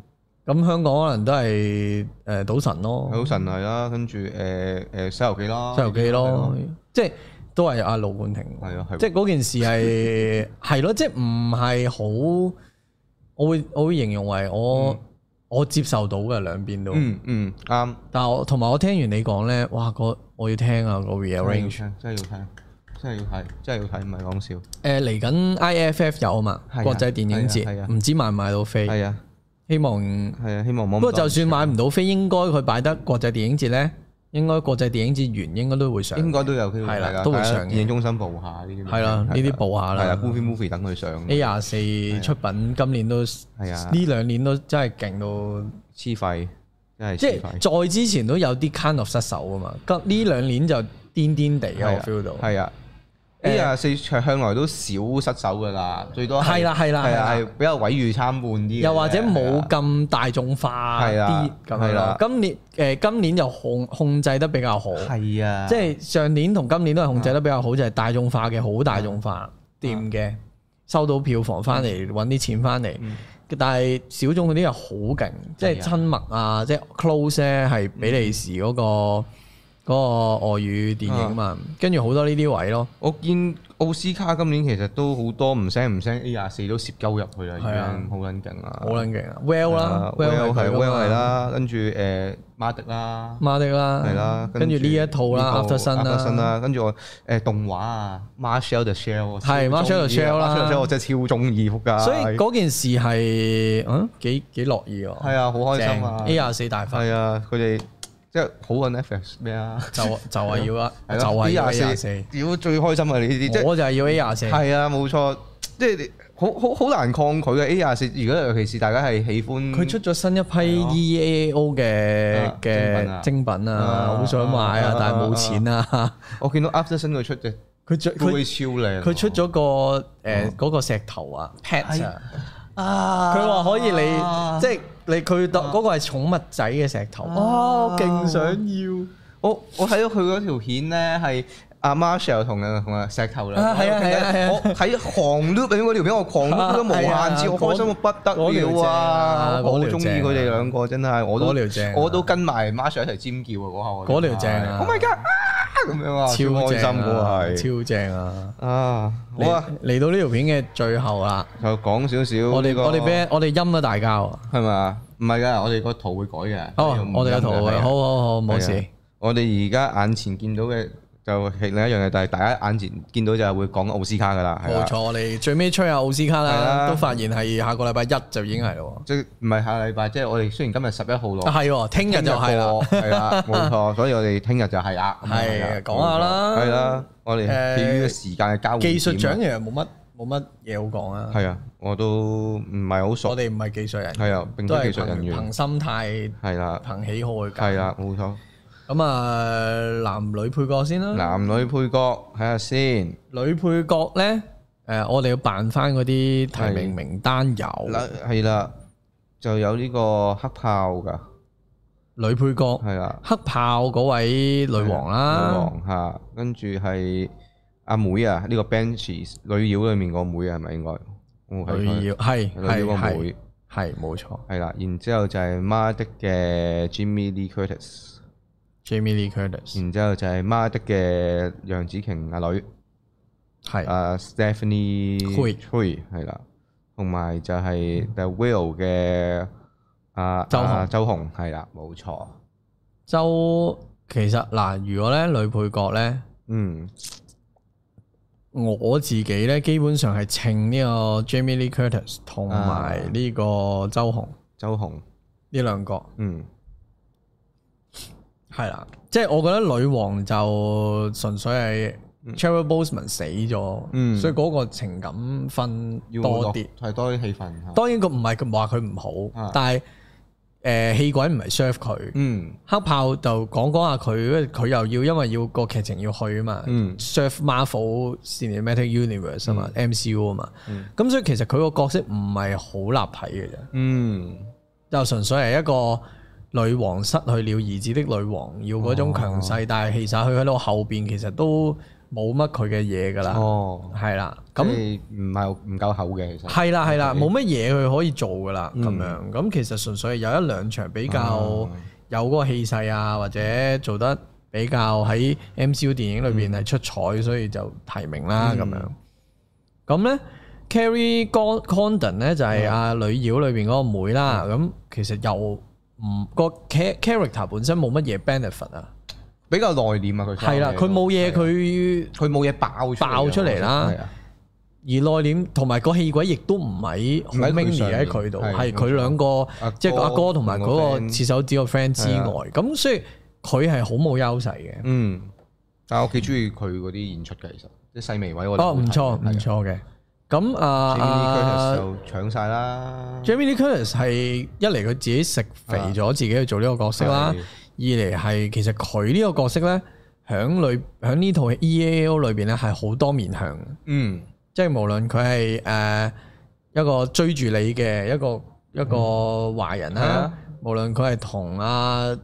咁香港可能都係誒賭神咯。
好神係啦，跟住誒誒西遊記啦，
西遊記咯，即係都係阿盧冠廷，
係啊係喎
即係嗰件事 係係咯，即係唔係好，我會我會形容為我、我接受到嘅兩邊都，
嗯，嗯嗯啱
但係我同埋我聽完你講咧，哇個我要聽啊個 rearrange，
真係要聽，真係要睇，真係要睇，唔係講笑。
誒嚟緊 IFF 有啊嘛，
嗯係啊
國際電影
係啊係啊
節，唔知買唔買到飛，
係啊
希望。
係啊，希望冇咁多。
不過就算買唔到飛，應該佢擺得國際電影節咧，應該國際電影節完應該都會上，
應該都有機會
係啦
係啦，
都會
大家
上嘅
電影中心報下呢啲。
係啦，呢啲報下啦。
係啦，Goofy 啊 Movie 等佢上
A 廿四出品今年都係
啊
呢兩年都真係勁到，
黐費，真係
即
黐費。
係再之前都有啲 kind of 失手啊嘛。咁呢兩年就癲癲地啊，
係
我
啊
feel 到。
係啊。
誒
呢廿四場向來都少失手噶啦，最多
係啦係啦
係
係啦
啊係比較毀譽參半啲嘅，
又或者
係
冇
啊
咁大眾化
係
啲
啦
咁
係啊
樣咯
啦。
今年誒今年就控控制得比較好，
係啊，
即係上年同今年都係控制得比較好，就係大眾化嘅，好大眾
啊
化掂嘅，收到票房翻嚟揾啲錢翻嚟。
嗯
但係小眾嗰啲又好勁，即係親密啊，即係 close 咧係比利時嗰、個
嗯
嗰、個外語電影
啊
嘛，跟住好多呢啲位咯，
我見奧斯卡今年其實都好多唔聲唔聲 A 廿四都攝鳩入去啦，已
係啊
經好撚勁啦。
好撚勁啊！Well 啦
係啊 Well
係
係 Well 係
係，
啦，跟住誒馬迪啦。
馬迪啦，
係啦，
嗯跟住呢一套啦，After Sun
身
啦，
啦，跟住我誒動畫啊，Marshall the Shell，我
係
超
Marshall the
中意啊
Shell 啦
Marshall the Shell 我真係超中意仆㗎，
所以嗰件事係嗯幾幾樂意喎，
係啊，好開心啊
正，A 廿四大發
係啊，佢哋即係好揾 FX 咩啊，
就就係要啊，就
係咯
係要 A 廿
A24
四，
屌最開心啊你呢啲，即係
我就係要 A 廿四，
係啊冇錯，即係你好好好難抗拒嘅 A 廿四，如果尤其是大家係喜歡
佢出咗新一
係咯
批 EAO 嘅
啊精品啊
嘅精品啊，
啊
好想買啊
啊，
但係冇錢啊。
我見到 After Sun 佢出嘅
佢最
都會
佢
超靚喎，
佢出咗個誒嗰個石頭啊，pet 啊，
哦啊，
佢話可以你即係你佢當嗰個係寵物仔嘅石頭，
啊
哦，勁想要
我我睇到佢嗰條片咧係阿 Marshall 同啊同啊石頭
啊
啦，
係啊係啊係啊
我睇狂 loop 緊嗰條片，我狂 loop 咗 無限次，
啊
我開心到不得了啊！我好
嗰條正啊
中意佢哋兩個真係，我都
嗰條正啊
我都跟埋 Marshall 一齊尖叫啊！嗰下我
嗰條正啊
，Oh my god！啊咁樣啊，超
超
開
正
心
啊
嗰，係
超正啊！
啊！好啊，
嚟嚟到呢條片嘅最後啦，
就講少少
我
呢
哋
個
我哋俾我哋陰咗大家喎。
係咪啊？唔係㗎，我哋個圖會改嘅。
哦，我哋有圖
唔
嘅，
得㗎
好好好，冇
係
事
啊。我哋而家眼前見到嘅就係另一樣嘢，但係大家眼前見到就係會講奧斯卡噶啦，係啦
冇錯，我哋最尾吹下奧斯卡
係啊
啦，
啦
都發現係下個禮拜一就已經係咯
即係唔係下禮拜，即係我哋雖然今日十一號
喎，啊
落，
係喎，聽日就係啦。
哦聽日過，係啦， 冇錯，所以我哋聽日就係啦，咁樣
係
係啦
講下
冇
啦
錯係啦，我哋
誒
對於時間嘅交換
技術獎
點啊
其實冇乜冇乜嘢好講啊，
係啊，我都唔係好
我
熟，
哋唔係技術人員，
係啊，並
都
非
係
技術人
憑
員，
憑心態、
係啦，
憑喜好去
係
揀。
啦，冇錯，
咁啊，男女配角先啦。
男女配角睇下先，
女配角咧，誒，我哋要扮翻嗰啲提名
係
名單有
嗱係啦，就有呢個黑豹㗎，
女配角，
係啦。
黑豹嗰位女王
女
啦，
王嚇，跟住係阿妹啊，呢、個 Benches 女妖裏面個妹啊，係咪應該？我睇
女
錯
妖係
女妖
係
個
係
妹
係冇錯
係啦，然之後就係 m 的嘅 Jimmy Lee Curtis，
，Jamie Lee Curtis
然之後就係 m 的嘅楊紫瓊阿女，
係。
阿 Stephanie
Hui
Hui 係啦，同埋就係 The Will 嘅阿
周
阿
紅
周紅係啦，冇錯，
周其實嗱，如果咧女配角咧，
嗯
我自己咧基本上係稱呢個 Jamie Lee Curtis 同
啊
埋呢個周紅
周紅，
呢兩個
嗯
係啦，即係我覺得女王就純粹係 Cheryl Boseman 死咗，
嗯
所以嗰個情感分
要
多啲。
落係多啲氣氛嚇。
當然佢唔係佢話佢唔好，
啊
但係誒氣鬼唔係 serve 佢。
嗯
黑豹就講講下佢，佢又要因為要個劇情要去啊嘛、
嗯
s e r v e Marvel Cinematic Universe 啊嘛、MCU 啊嘛，咁、所以其實佢個角色唔係好立體嘅啫，
嗯
就純粹係一個女王失去了兒子的女王，要
哦
嗰種強勢，但係其實佢喺到後邊其實都冇乜佢嘅嘢㗎啦，
哦，
係啦、
咁
咁。
唔係唔夠厚嘅其實。
係啦係啦，
OK
冇乜嘢佢可以做噶啦，咁、
嗯
樣咁其實純粹有一兩場比較
啊
有嗰個氣勢啊，或者做得比較喺 MCU 電影裏邊係出彩，所以就提名啦咁、樣。咁咧 Carrie Con- Condon 咧就係阿女妖裏邊嗰個妹啦，咁、其實又唔個 cha- character 本身冇乜嘢 benefit 啊，
比較內斂啊佢。
係啦，佢冇嘢佢。
佢冇嘢爆出嚟啊
爆出嚟啦
係啊
而內斂同埋個氣鬼亦都唔喺好
唔喺佢
mini
上
喺
面
佢度，
係
係
冇
佢
錯
兩個
阿
即係個阿
哥
哥同埋
同
嗰
個
個
friend
切手指個 friend 之
係啊
外，咁所以佢係好冇優勢嘅。
嗯，但係我幾中意佢嗰啲演出嘅，其實啲細微位我哋
哦，
會
唔
睇
錯唔
係啊
錯嘅。咁啊
Jamie Lee Curtis
啊
就搶晒啦，
，Jamie Lee Curtis 係一嚟佢自己食肥咗，自己去做呢個角色啦；
啊係
二嚟係其實佢呢個角色咧，響裏響呢套 E A L 裏邊咧係好多面向嘅。
嗯
即係無論佢係誒一個追住你嘅一個一個壞人
係
啦
啊，嗯
無論佢係同啊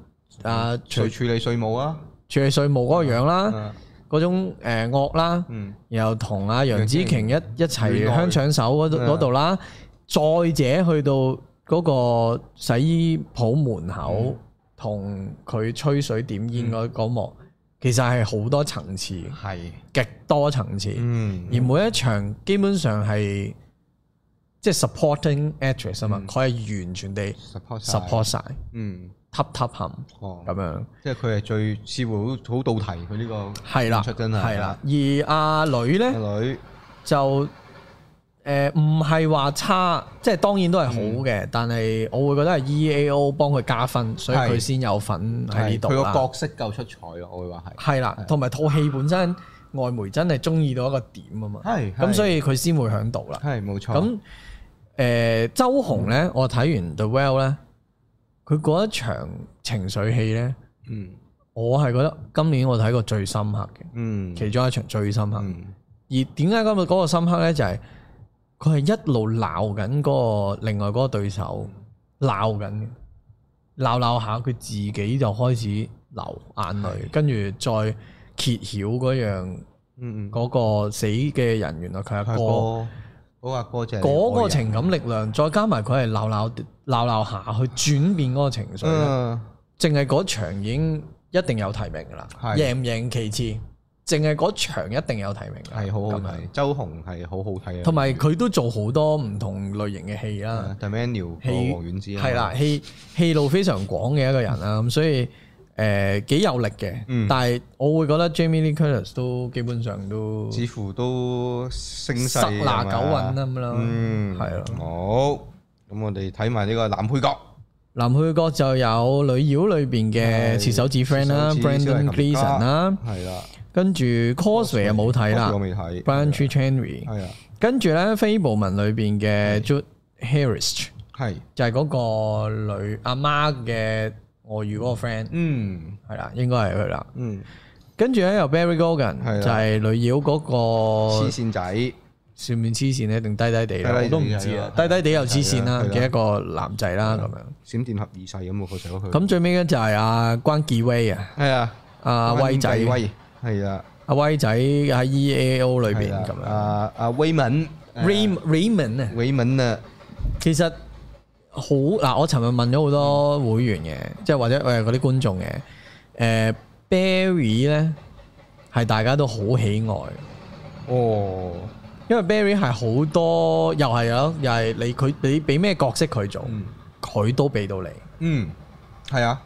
啊
隨
除
處理稅務啊，
處理稅務嗰個樣啦，
啊
嗰種誒惡啦，
嗯
然後同啊楊紫瓊一一齊
戀愛
香腸手嗰度
係啊
嗰度啦，再者去到嗰個洗衣鋪
嗯
門口同佢吹水點煙嗰嗰幕，其實係好多層次，
係
極多層次。
嗯
而每一場基本上係即係 supporting actress 啊嘛，佢係完全地
support 嗯晒
support 晒，
嗯
揼揼冚
哦，
咁樣，
即係佢係最似乎好好到題佢呢個
係啦，
出真係嗯
係啦。而阿女咧
女
就誒唔係話差，即係當然都係好
嗯
嘅，但係我會覺得係 EAO 幫佢加分，所以
係
佢先有份喺呢
係
度啊
佢個
啦
角色夠出彩咯，我會話係
係啦，同埋套戲本身外媒真係中意到一個點啊嘛，
係
咁
係
所以佢先會響度啦。
係冇錯，
咁誒、呃周紅咧，
嗯
我睇完 The Well 咧，佢嗰一場情緒戲咧，
嗯
我係覺得今年我睇過最深刻嘅，
嗯
其中一場最深刻。
嗯
而點解今日嗰個深刻咧，就係佢係一路鬧緊嗰個另外嗰個對手，鬧緊嘅，鬧鬧下佢自己就開始流眼淚，跟住再揭曉嗰樣
嗯嗯
嗰、個死嘅人，原來佢阿
佢
哥。
個嗰個阿哥就係
嗰個
愛人
情感力量，再加埋佢係鬧鬧鬧鬧下去轉變嗰個情緒啊
嗯
呢，淨係嗰場已經一定有提名㗎啦，
係
贏唔贏其次，淨係嗰場一定有提名㗎啦，
係好好
咁樣
睇，周紅係好好睇啊，
同埋佢都做好多唔同類型嘅戲啦，
d a m a n i e
戲
個王菀之啊
係啦，，戲戲路非常廣嘅一個人啦，咁所以誒幾有力嘅，
嗯
但係我會覺得 Jamie Lee Curtis 都基本上都
似乎都升勢
塞拿九韻咁啦，
嗯，
係啊咯。
好，咁我哋睇埋呢個男配角，
男配角就有女妖裏邊嘅切手指 friend 啦
切手指
，Brandon
小提琴家
Gleeson 啦，
係啦，
跟住 Cosway 又冇睇啦
我未睇
，Branch Henry，
係啊，
跟住咧非部文裏邊嘅 Jude Harris
係，
就係嗰個女阿媽嘅外遇嗰個 friend，
嗯
係啦，應該係佢啦。
嗯，
跟住咧有
係
Barry Gogan
啦
就係女妖嗰個
黐線仔，
算唔算黐線咧，定低低地
低低
啦，
地
我都唔知啊，
係
低
啊
低地又黐線
係
啦
啊啊
嘅一個男仔啦咁樣。
閃電俠二世咁喎，佢成咗佢，
咁最尾咧就係阿關傑威啊。
係啊，
阿威仔，
關繼威係啊，
阿威仔喺 E A O 裏
係
邊
啊
咁樣。
阿阿威敏
Ray Raymond 啊，
啊威敏啊，
其實好嗱，我尋日問咗好多會員嘅，即係或者誒嗰啲觀眾嘅，誒、Barry 咧係大家都好喜愛，
哦，
因為 Barry 係好多又係有，又係你佢你俾咩角色佢做，
嗯
佢、都俾到你。
嗯，係啊，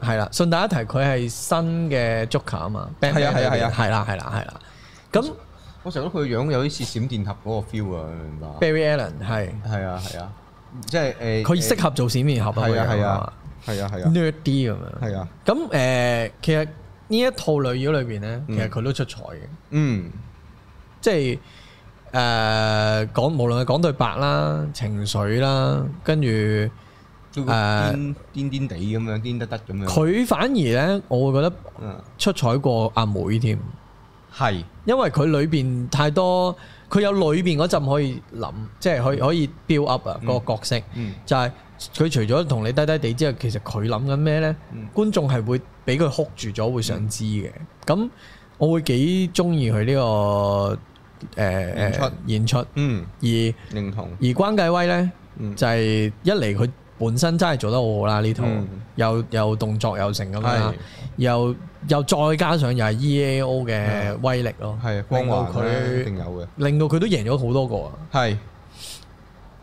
係啦，順帶一提，佢係新嘅 Joker 啊嘛，
係啊係啊係啊
係啦係啦係啦，咁
我成日覺得佢個樣有啲似閃電俠嗰個 feel 啊，你明白？
Barry Allen 係。
係啊係啊，即係誒，
佢
誒
適合做閃面俠
係啊
佢
係
樣
啊係啊係啊
，nerd 啲咁樣。呃
係啊，
咁誒，其實呢一套女妖裏邊咧，其實佢都出彩嘅，
嗯
即係誒講無論係講對白啦、情緒啦，跟住
都
誒
癲癲癲地咁樣，癲得得咁樣。
佢反而咧，我會覺得
嗯，
出彩過阿妹添，
係
因為佢裏邊太多，佢有裏邊嗰陣可以諗，即係可以可以 build up 啊個角色，
嗯
就係佢除咗同你低低地之外，其實佢諗緊咩呢？
嗯
觀眾係會俾佢哭住咗，會想知嘅。咁我會幾中意佢呢個誒
演出
演出，
嗯
而
認同。
而關繼威呢，
嗯
就係一嚟佢本身真係做得好好啦，呢套
嗯
又又動作又成咁啦
係，
又又再加上又係 EAO 嘅威力咯，
嗯係啊光
令到
環咧一
佢
定有嘅。
令到佢都贏咗好多個啊！
係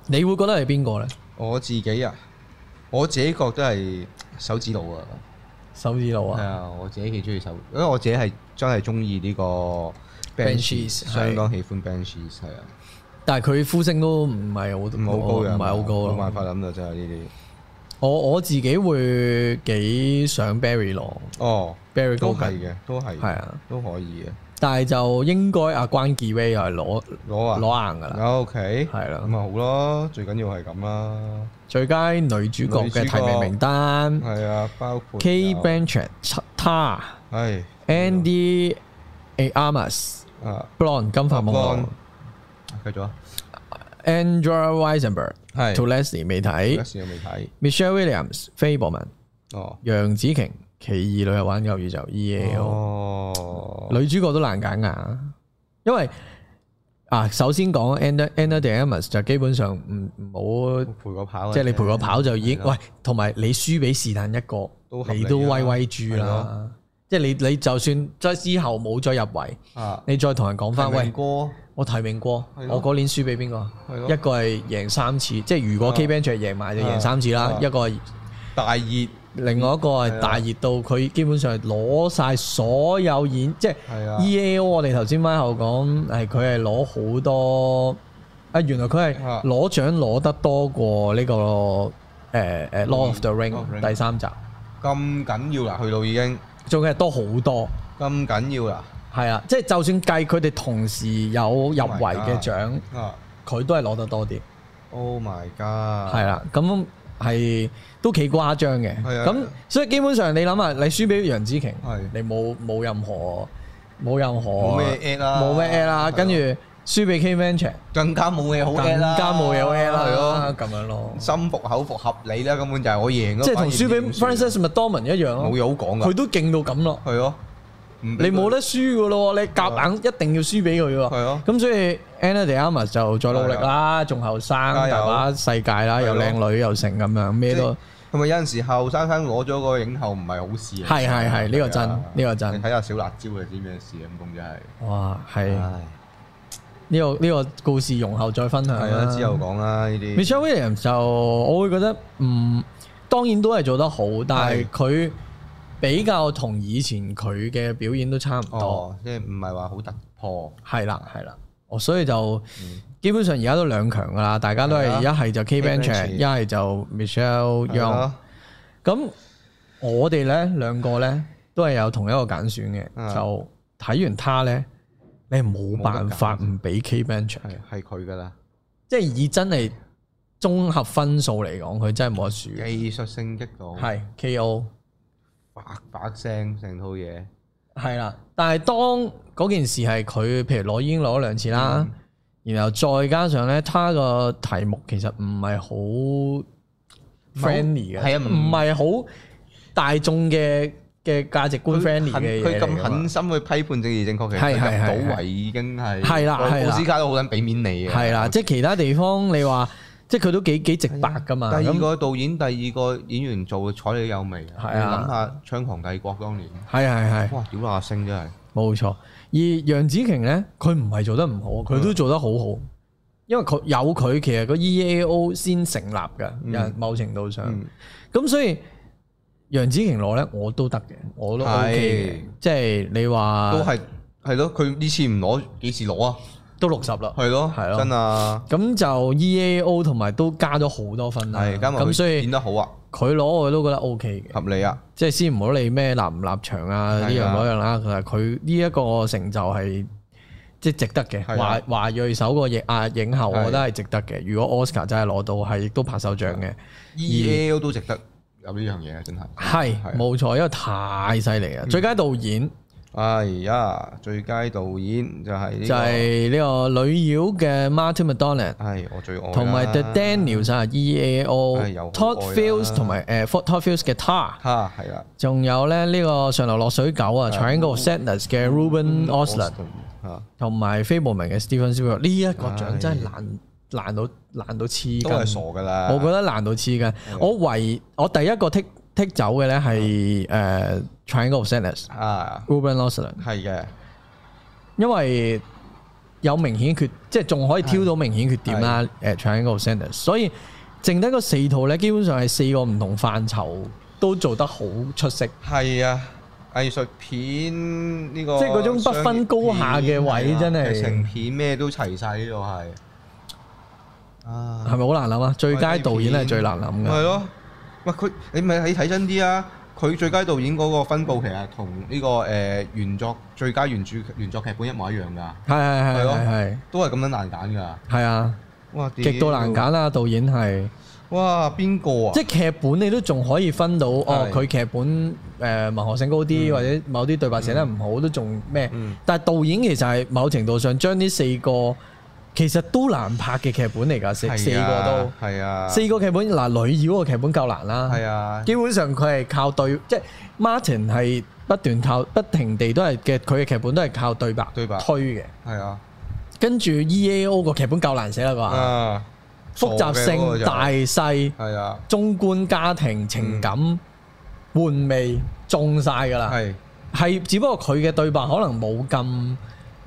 你會覺得係邊個呢？
我自己啊，我自己覺得係手指佬啊。
手指佬
係
啊，
啊，我自己幾中意手，因為我自己係真係中意呢個
Banshees，
Banshees，相當喜歡 Banshees 係啊，
但係佢呼聲都唔係好
唔好高
唔
嘅，啊
係好高咯
冇辦法諗到真係呢
我我自己會幾想 Barry 羅
啲。哦，
Barry
都
高
係
緊，
嘅，都係，
係啊，
都可以嘅。
但係就應該阿關傑威又係攞
攞啊，
攞硬噶啦，
O K，
係啦
咁咪好咯，最緊要係咁啦。
最佳女主角
女主角
嘅提名名單
係啊，包括
：K.
有
Blanchett、Ta、
係
Andy A. Armas、
啊
Blonde 金髮夢
，Blonde，
露、
繼續啊，
Andrea Weisenberg、
係
To Leslie 未
有
睇、
時我未睇，
Michelle Williams、飛博文、
哦，
楊紫瓊、奇異女友玩救宇宙 E. A. O。
哦，
女主角都難揀㗎，因為啊，首先講 Anna Anna De Armas 就基本上唔唔好，
陪我跑啊，
即係你陪我跑就已經
係咯
喂，同埋你輸俾是但一個
都，合理
你
啊
都威威豬
係
啦
咯。
即係你你就算即係之後冇再入圍，
啊，
你再同人講翻喂，
哥。
我提名過，
係咯
我嗰年輸俾邊個？
係咯
一個係贏三次，即係如果
啊
K Band 著贏埋就
啊
贏三次啦
啊，
一個係。
大熱
另外一個
係啊
係大熱到佢基本上係攞晒所有演，即係
係啊
EAO。我 E 哋頭先翻後講係佢係攞好多啊，原來佢係
啊
攞獎攞得多過呢、個誒誒《Lord of the
Lord
Ring
of the》Ring
第三集，
咁緊要啦，去到已經
仲係多好多。
咁緊要啦，
係啊，即係就算計佢哋同時有入圍
Oh
嘅
my
獎，
啊
佢都係攞得多啲。
，Oh my god，啦，
係啦，咁係都幾誇張嘅。
係啊
咁所以基本上你諗下，你輸俾楊紫瓊
係，
你冇冇任何冇任何
冇咩 at 啦
冇咩 at
係啊
啦，跟住輸俾 K Venture，
更加冇嘢好
更
at 啦，
加冇嘢好 at
係
啦，
咯，
咁樣咯，
心服口服合理啦，根本就係我贏咯，
即係同輸俾
反而唔知點
Francis McDormand 一樣
算冇
咯，
嘢好講噶，
佢都勁到咁咯，
係咯，唔
你
俾佢啊
冇得輸噶咯喎，你夾硬一定要輸俾佢
係
喎
啊，
咁所以 Anna De Armas 就再努力啦，仲後生，
加油
大把世界啦，又
係咯
靚女又成咁樣，咩都
即。係同埋有陣時後生生攞咗個影后唔係好事嚟㗎，
係係係呢個真
係啊
呢個真
你睇下小辣椒就知咩事咁講真係，啊
哇，係呢、
唉
個呢、個故事容後再分享
係
啦。
啊，之後講啦呢啲，
Michelle Williams 就我會覺得，嗯，當然都係做得好，但係佢比較同以前佢嘅表演都差唔多，
哦，即係唔係話好突破，
係啦係啦，我所以就、基本上而家都兩強噶啦，大家都
係啊
係一係就 K
Cate
Blanchett，
Blanchett
一係就
係
Michelle Yeoh
咯。
咁我哋咧兩個咧都係有同一個揀選嘅，
嗯
就睇完他咧，你係冇辦法唔俾 K Blanchett
係
嘅
啊係佢噶啦，
即係以真係綜合分數嚟講，佢真係冇得輸。
技術性擊倒，
係 K.O.
白白聲成套嘢，
係啦，但係當嗰件事係佢，譬如攞已經攞咗兩次
嗯
啦，然後再加上咧，他個題目其實唔係
好
好 friendly 嘅，
係啊唔
唔係好大眾嘅嘅價值觀 friendly
狠
嘅
佢
嘢嚟㗎
咁
嘛
狠心去批判政治正確，其
係
實佢
係係
入到圍已經係
係啦
個
係啦
奧斯卡都好撚俾面你嘅，啊
係啦，即係其他地方你話，即係佢都幾幾直白噶嘛。
第二
咁
啊個導演、第二個演員做嘅睬你有味啊！
係
你
啊
諗下《槍狂帝國》當年，
係係係。
哇！屌阿星真係，
冇錯，而楊紫瓊咧，佢唔係做得唔
嗯
好，佢都做得好好，因為佢有佢其實個 EAO 先成立嘅，有人某程度上，
嗯
咁、所以楊紫瓊攞咧我都得嘅，我都 OK 嘅，即係你話
嗯都係係咯，佢呢次唔攞幾時攞啊？
都六十啦，
係咯，
係咯
真啊，
咁就 EAO 同埋都加咗好多分啦，
係加埋佢
咁所以
演得好啊，
佢攞我都覺得 O K 嘅，
合理啊，
即係先唔好理咩立唔立場啊呢
係
樣
啊
嗰樣啦，其實佢呢一個成就係即係值得嘅，
係
華
啊
華裔首個影啊影后，
係
我覺得係值得嘅。如果 Oscar 真係攞到，係亦都拍手掌嘅，
E A L 都值得有呢樣嘢啊，真係。係
係
啊嗯
冇錯，因為太犀利啦！最佳導演
哎呀，最佳導演就係呢
就
個
係呢個女妖嘅 Martin McDonagh。
係我最愛啦
同埋 The Daniels 啊
唉又好愛啦
，EAO、Todd Fields 同埋誒 Fort Todd Fields 嘅 Tar，
哈係啦
仲有咧呢個上流落水狗啊，Triangle of Sadness 嘅
嗯
Ruben Osler，
啊
同埋非無名嘅 Stephen s p i e l 呢一個獎
唉
真係難難到難到黐
都係
筋，
傻噶啦，
我覺得難到黐筋。我唯我第一個剔剔走嘅咧係誒 Triangle of Sadness
得啊
Ruben Osler，
係嘅，
因為有明顯缺，即係仲可以挑到明顯缺點啦。誒 Triangle of Sadness，所以剩低嗰四套咧，基本上係四個唔同範疇都做得好出色。
係啊。藝術片呢個
即係嗰種不分高下嘅位真係
劇情片咩都齊晒呢度係啊
係咪好難諗啊？最佳導演係最難諗
係
嘅，
咯，喂佢你咪你睇真啲啊！佢最佳導演嗰個分佈其實同呢個誒原作最佳原著原作劇本一模一樣㗎，
係係
係
係
咯
係係
都係咁樣難揀㗎。
係啊，
哇！屌
極度難！揀啦！導演係，
哇，邊個啊？
即係劇本你都仲可以分到哦，
係
佢劇本誒文學性高啲，或者某啲對白寫得唔好都仲咩
嗯？
但係導演其實係某程度上將呢四個其實都難拍嘅劇本嚟㗎，四四
係
個
啊
都。
係啊，
四個劇本嗱，女妖個劇本夠難啦。
係啊，
基本上佢係靠對，即係 Martin 係不斷靠不停地都係嘅，佢嘅劇本都係靠對白
對白
推嘅。
係啊，
跟住 EAO 個劇本夠難寫啦啩，
啊，
複雜
傻嘅嗰個
性、
就
大細、
係啊，
中觀、家庭、情感、
嗯
換味，中晒㗎啦。
係
係，只不過佢嘅對白可能冇咁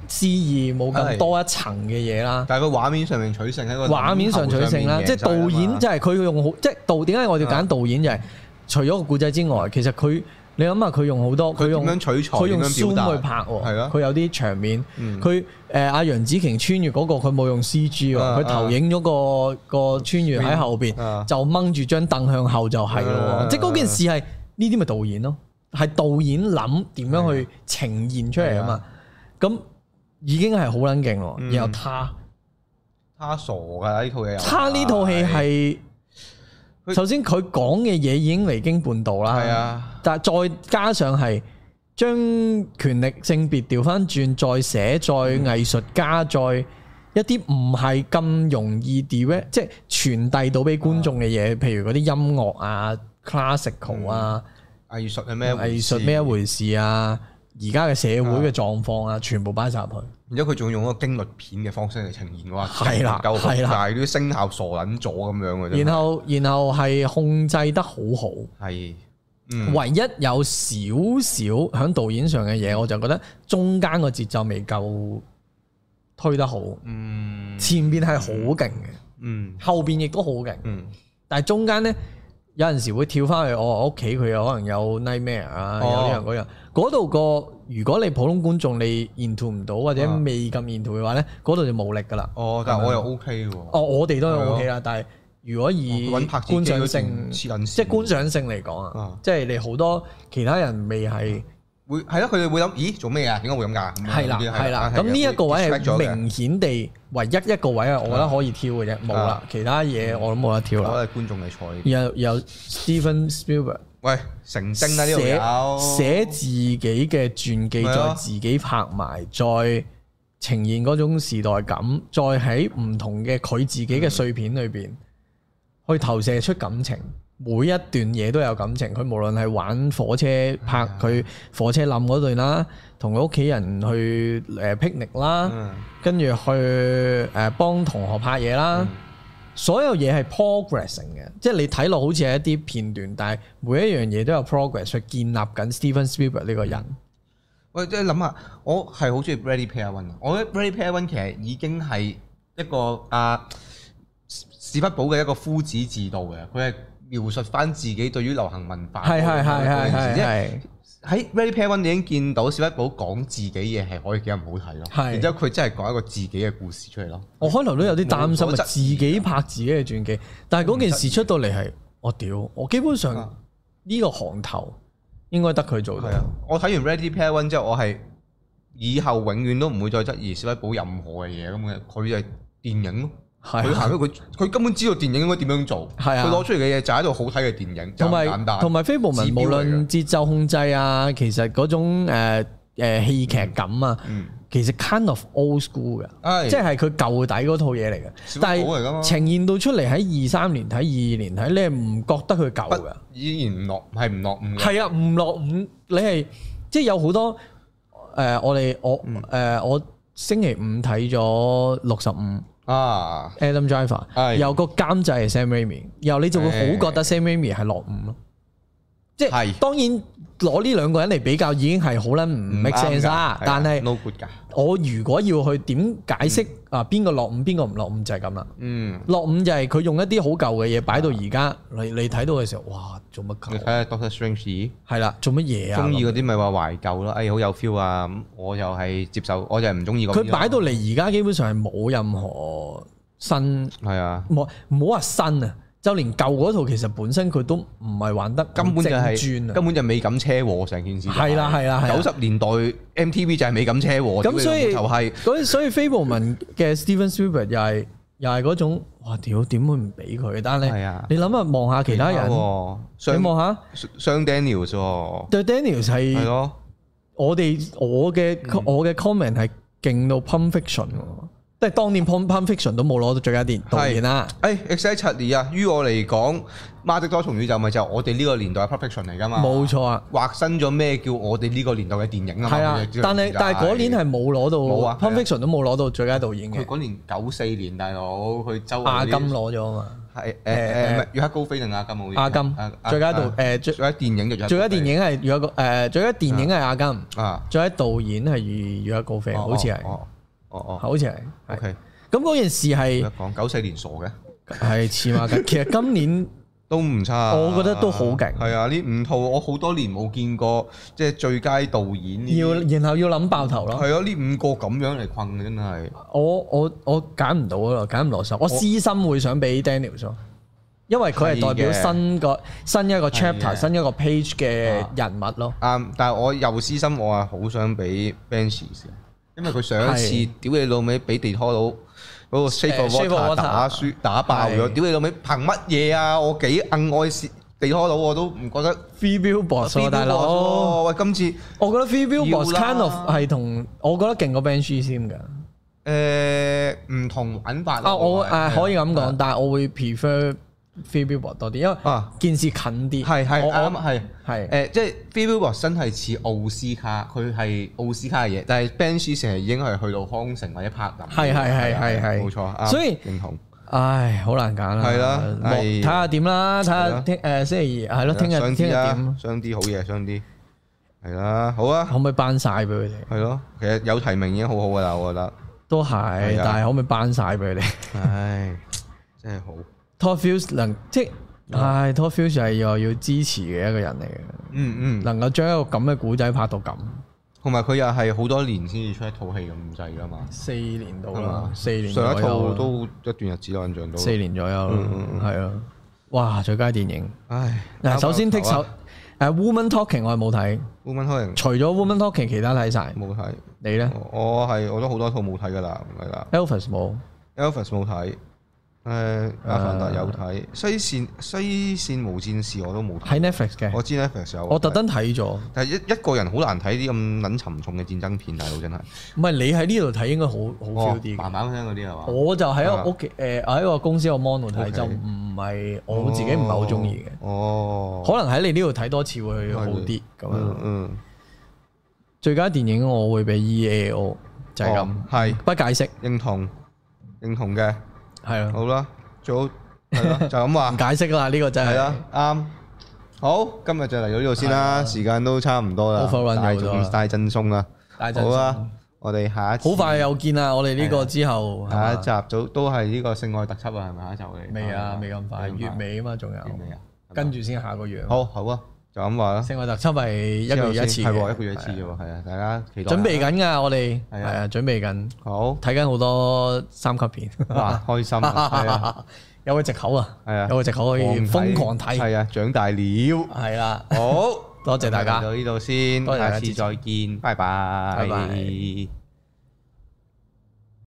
詩意，冇咁
係
多一層嘅嘢啦。
但係佢畫面上面取勝喺個
畫面上取勝啦，即係導演即係佢用好，即係導點解我哋
啊
揀導演就係除咗個故仔之外，其實佢你諗下佢用好多，
佢
用
點樣取材
佢用
點樣表
zoom
達
去拍
係
喎，
啊
佢有啲場面，
嗯
佢誒阿楊紫瓊穿越嗰個佢冇用 C G 喎，
啊
佢投影咗個個穿越喺後邊
啊
就掹住張凳向後就係咯
啊
喎，即係嗰件事係呢啲咪導演咯，係導演諗點樣去呈現出嚟啊嘛，咁已經係好撚勁咯，
嗯
然後他。
他傻㗎啦，呢套嘢又
他呢套戲係
佢
首先佢講嘅嘢已經離經叛道啦，
係，啊，
但係再加上係將權力性別調翻轉，再寫再藝術家，再一啲唔係咁容易 d i 即係傳遞到俾觀眾嘅嘢，
嗯
譬如嗰啲音樂啊、classical 啊、
藝術係咩嗯回
藝
事
術咩一？回事啊，而家嘅社會嘅狀況啊，全部擺晒入去。
然之後佢仲用一個驚慄片嘅方式嚟呈現，哇！
係啦
夠
係啦
但係啲聲效傻撚咗咁樣嘅啫。
然後然後係控制得好好。
係嗯
唯一有少少喺導演上嘅嘢，我就覺得中間個節奏未夠推得好，
嗯
前邊係好勁嘅，
嗯
後邊亦都好勁，
嗯，
但係中間呢，有陣時會跳翻去哦我屋企，佢有可能有 nightmare 啊，
哦
有呢樣嗰樣，嗰度個如果你普通觀眾你 into 唔到或者
啊
未咁 into 嘅話呢，嗰度就冇力噶啦。
哦，但係我又 OK 喎。
哦，我哋都
係啊咯
OK 啦，但係如果以
揾拍子機
觀賞
嗰段
性，
黐撚線
即係觀賞性嚟講啊
啊，
即係你好多其他人未係。
會係咯，佢哋會諗，咦，做咩啊？點解會咁㗎？咁樣
係啦，
嗰啲
係啦。
係啊
咁呢一個位
會 distract 咗
係
嘅
明顯地唯一一個位係我覺得可以挑嘅啫，冇啦
啊，
其他嘢我都冇得挑啦。
我係觀眾嚟賽。
有有 Steven Spielberg
喂，成精啦呢度
寫
有
寫自己嘅傳記，
係啊
再自己拍埋，再呈現嗰種時代感，再喺唔同嘅佢自己嘅碎片裏邊去投射出感情。每一段嘢都有感情，佢無論係玩火車拍佢火車冧嗰段啦，同佢屋企人去誒 picnic 啦。
嗯
跟住去誒、呃、幫同學拍嘢啦。
嗯
所有嘢係 progressing 嘅，即係你睇落好似係一啲片段，但係每一樣嘢都有 progress 去建立緊 Steven Spielberg 呢個人。
嗯喂，即係諗下，我係好中意 Ready Player One 啊！我覺得 Ready Player One 其實已經係一個啊史畢堡嘅一個夫子自道嘅，佢係描述翻自己對於流行文化
係係
嗰
係
個嗰
係
陣時即係
係
喺 Ready Player One 已經見到史匹堡講自己嘢係可以幾咁好睇咯，
係
然之後佢真係講一個自己嘅故事出嚟咯。
我開頭都有啲擔心
冇
啊，
咗質
自
疑
己拍自己嘅傳記，但係嗰件事出到嚟係，我屌，我基本上呢個行頭應該得佢做到
啊係。啊，我睇完 Ready Player One 之後，我係以後永遠都唔會再質疑史匹堡任何嘅嘢咁嘅。佢就係電影咯，佢
係啊
行咗佢，佢根本知道電影應該點樣做。
係啊
佢攞出嚟嘅嘢就係一套好睇嘅電影，就
同
咁
埋
簡單。
同埋非部
指
文，
標嚟
無
嘅
論節奏控制啊，其實嗰種誒誒戲劇感啊，
嗯
其實 kind of old school 嘅，
唉
即係佢舊底嗰套嘢嚟嘅
小。
但
寶嚟㗎嘛
係呈現到出嚟喺二三年睇、二二年睇，你係唔覺得佢舊
不
嘅？
依然唔落，係唔落伍嘅。
係啊，唔落伍，你係即係有好多誒、呃我哋我誒、
嗯
呃我星期五睇咗六十五
啊，
Adam Driver，、
係
有個監製係 Sam Raimi，然後你就會
係
好覺得 Sam Raimi 係落伍咯。即係
係
當然攞呢兩個人嚟比較已經係好撚唔 make sense
啊
啦，但係
no good 㗎。
我如果要去點解釋啊邊個落伍邊個唔落伍就係咁啦。
嗯，
落伍就係佢用一啲好舊嘅嘢擺到而家，你你睇到嘅時候，哇，做乜
你睇
鳩？
下 Doctor Strange
係啦，做乜嘢啊？
中意嗰啲咪話懷舊咯，哎好有 feel 啊！咁我又係接受，我就係唔中意嗰啲咯。
佢擺到嚟而家基本上係冇任何新，
係啊，
冇唔好話新啊，就連舊嗰套其實本身佢都唔係玩得
根本就
係
係
轉
根
啊。
本就美感車禍成件事就。
係啦係啦係啦啊
九十年代 MTV 就係美感車禍。
咁所以
就係
所以所以非部文嘅 Steven Spielberg 又係又係嗰種，哇屌點會唔俾佢？但係
係啊
你諗下望下其他人，
喎
哎你
雙
望下
雙哦 Daniels 喎，
對 Daniel
係
係
咯，嗯
我哋我嘅我嘅 comment 係勁到 Pump Fiction 喎，即係當年 Pump Pump Fiction 都冇攞到最佳電導演啦。
誒 exactly 啊！於我嚟講，《馬的多重宇宙》咪就係我哋呢個年代嘅 perfection 嚟㗎嘛，
冇錯啊！
劃新咗咩叫我哋呢個年代嘅電影啊嘛。
係啊
佢就，
但係但係嗰年係冇攞到
冇啊
p u
係啊
n f i c t i o n 都冇攞到最佳導演
佢
嘅，
嗰年九四年，大佬佢周圍
亞
啲
金攞咗啊嘛，
係誒
誒
誒，唔係《月黑高飛》定亞金好似
亞金
啊
最佳導
啊
誒最
最佳電影就
最佳電影係如果誒最佳電影係亞金，
啊，
最佳導演係如如果高飛，啊好似係，
哦哦哦
好似係
哦
係。
，OK，
咁嗰件事係
講九四年傻嘅
係似馬吉，其實今年
都唔差，
我覺得都好勁
係啊，呢五套我好多年冇見過，即係最佳導演 呢啲
要然後要諗爆頭咯。
係啊，呢五個咁樣嚟困嘅真係，
我我我揀唔到咯，揀唔落手。我私心會想俾 Daniel 咗，因為佢係代表
係嘅
新個新一
係
個
嘅
chapter、新一個 page 嘅
啊
人物咯。
啱，但係我又私心，我係好想俾 Benches 嘅，因為佢上一次屌你老味俾地拖佬嗰個 Shape of
誒，Shape
Water
of Water
打輸打爆咗，
係
屌你老味憑乜嘢啊？我幾硬愛是地拖佬我都唔覺得
Free Billboards 啊大佬。
喂，今次
我覺得 Free Billboards
要啦
kind of 係同我覺得勁過 Banshee 先㗎。
誒唔同玩法咯
啊，我
係
誒可以咁
係
講，但係我會 prefer Free Billboards 多啲，因為
啊
件事近啲。
係係
我
啱啊
我
係
係
誒，即係 f i b i l b o 真係似奧斯卡，佢係奧斯卡嘅嘢，但係 Benji 成日已經係去到康城或者柏林，
係係係係係
啊冇錯，啱
所以
認同
唉，好難揀啦。
係啦
望
係
睇下點啦，睇
係
下
啦
聽誒星期二係咯，聽
雙
日聽日
啲啦啊
點，啊
雙啲好嘢，雙啲係啦，好啊，
可唔可以班晒俾佢哋？
係咯，其實有提名已經好好噶啦，我覺得，
都
係
係
啊，
但係可唔可以班晒俾佢哋
唉，真係好，
？Todd Fields 能即係
啊
唉，Todd Fields 係又要支持嘅一個人嚟嘅，
嗯嗯，
能夠將一個咁嘅古仔拍到咁，
同埋佢又係好多年先至出一套戲咁滯噶嘛，
四年到
係嘛
啦，四年
上一
左右
套
啦
都一段日子啦，印象到，
四年左右啦
嗯嗯，
係啊，哇！最佳電影
唉，
嗱，首先剔
手
首誒《Woman Talking》我係冇睇，
啊，Woman 可能
除咗《Woman Talking》其他睇晒，
冇睇。
你咧
我係我都好多套冇睇噶啦，係啦
？Elvis 冇，
，Elvis 冇睇，
啊
誒阿凡達有睇，西線西線無戰事我都冇睇，
喺 Netflix 嘅，
我知 Netflix 有，啊
我特，登睇咗，唔
但係一一個人好難睇啲咁撚沉重嘅戰爭片，大佬真係，哦
係你喺呢度睇應該好好 feel 啲嘅。
慢慢聽嗰啲係嘛，
我就喺
啊
我屋企誒喺個公司個 mon 度
OK
睇，就唔係我自己唔係好中意嘅，
哦，
可能喺你呢度睇多次會好啲咁
嗯
樣。
嗯，
最佳電影我會俾 E A O，就係咁
哦，，係
不解釋
認同認同嘅，
係啊，
好啦，最好係 啦，就咁
唔
話，
解釋啦，呢個真
係啊
係
啦。，啱。好，今日就嚟到呢度先啦，時間都差唔多啦
啊 Overrun，咗
大
好多啦
眾大真鬆啦。
大陣
好啊，我哋下一次
好快又見啦！我哋呢個之後
下一
係嘛
集早都係呢個性愛特輯啊啊，係咪下一集我哋
未啊，未咁快，月尾啊嘛，仲有
月尾啊，
跟住先下個月啊嘛。
好好啊，就就咁話啦。
聖愛特輯咪一個月一次
係
嘅，
喎，一個月一次啫喎，係啊，大家期待下。
準備緊㗎，我哋
係
係
啊
啊，準備緊，
好
睇緊好多三級片，
哇，開心 啊， 係啊，
有個藉口啊，
係啊
有個藉口可以瘋狂睇，
係啊，長大了。
係啦，
好，
多謝大家
到呢度先，
多謝大家
下次
支持
再見，拜拜，
拜拜。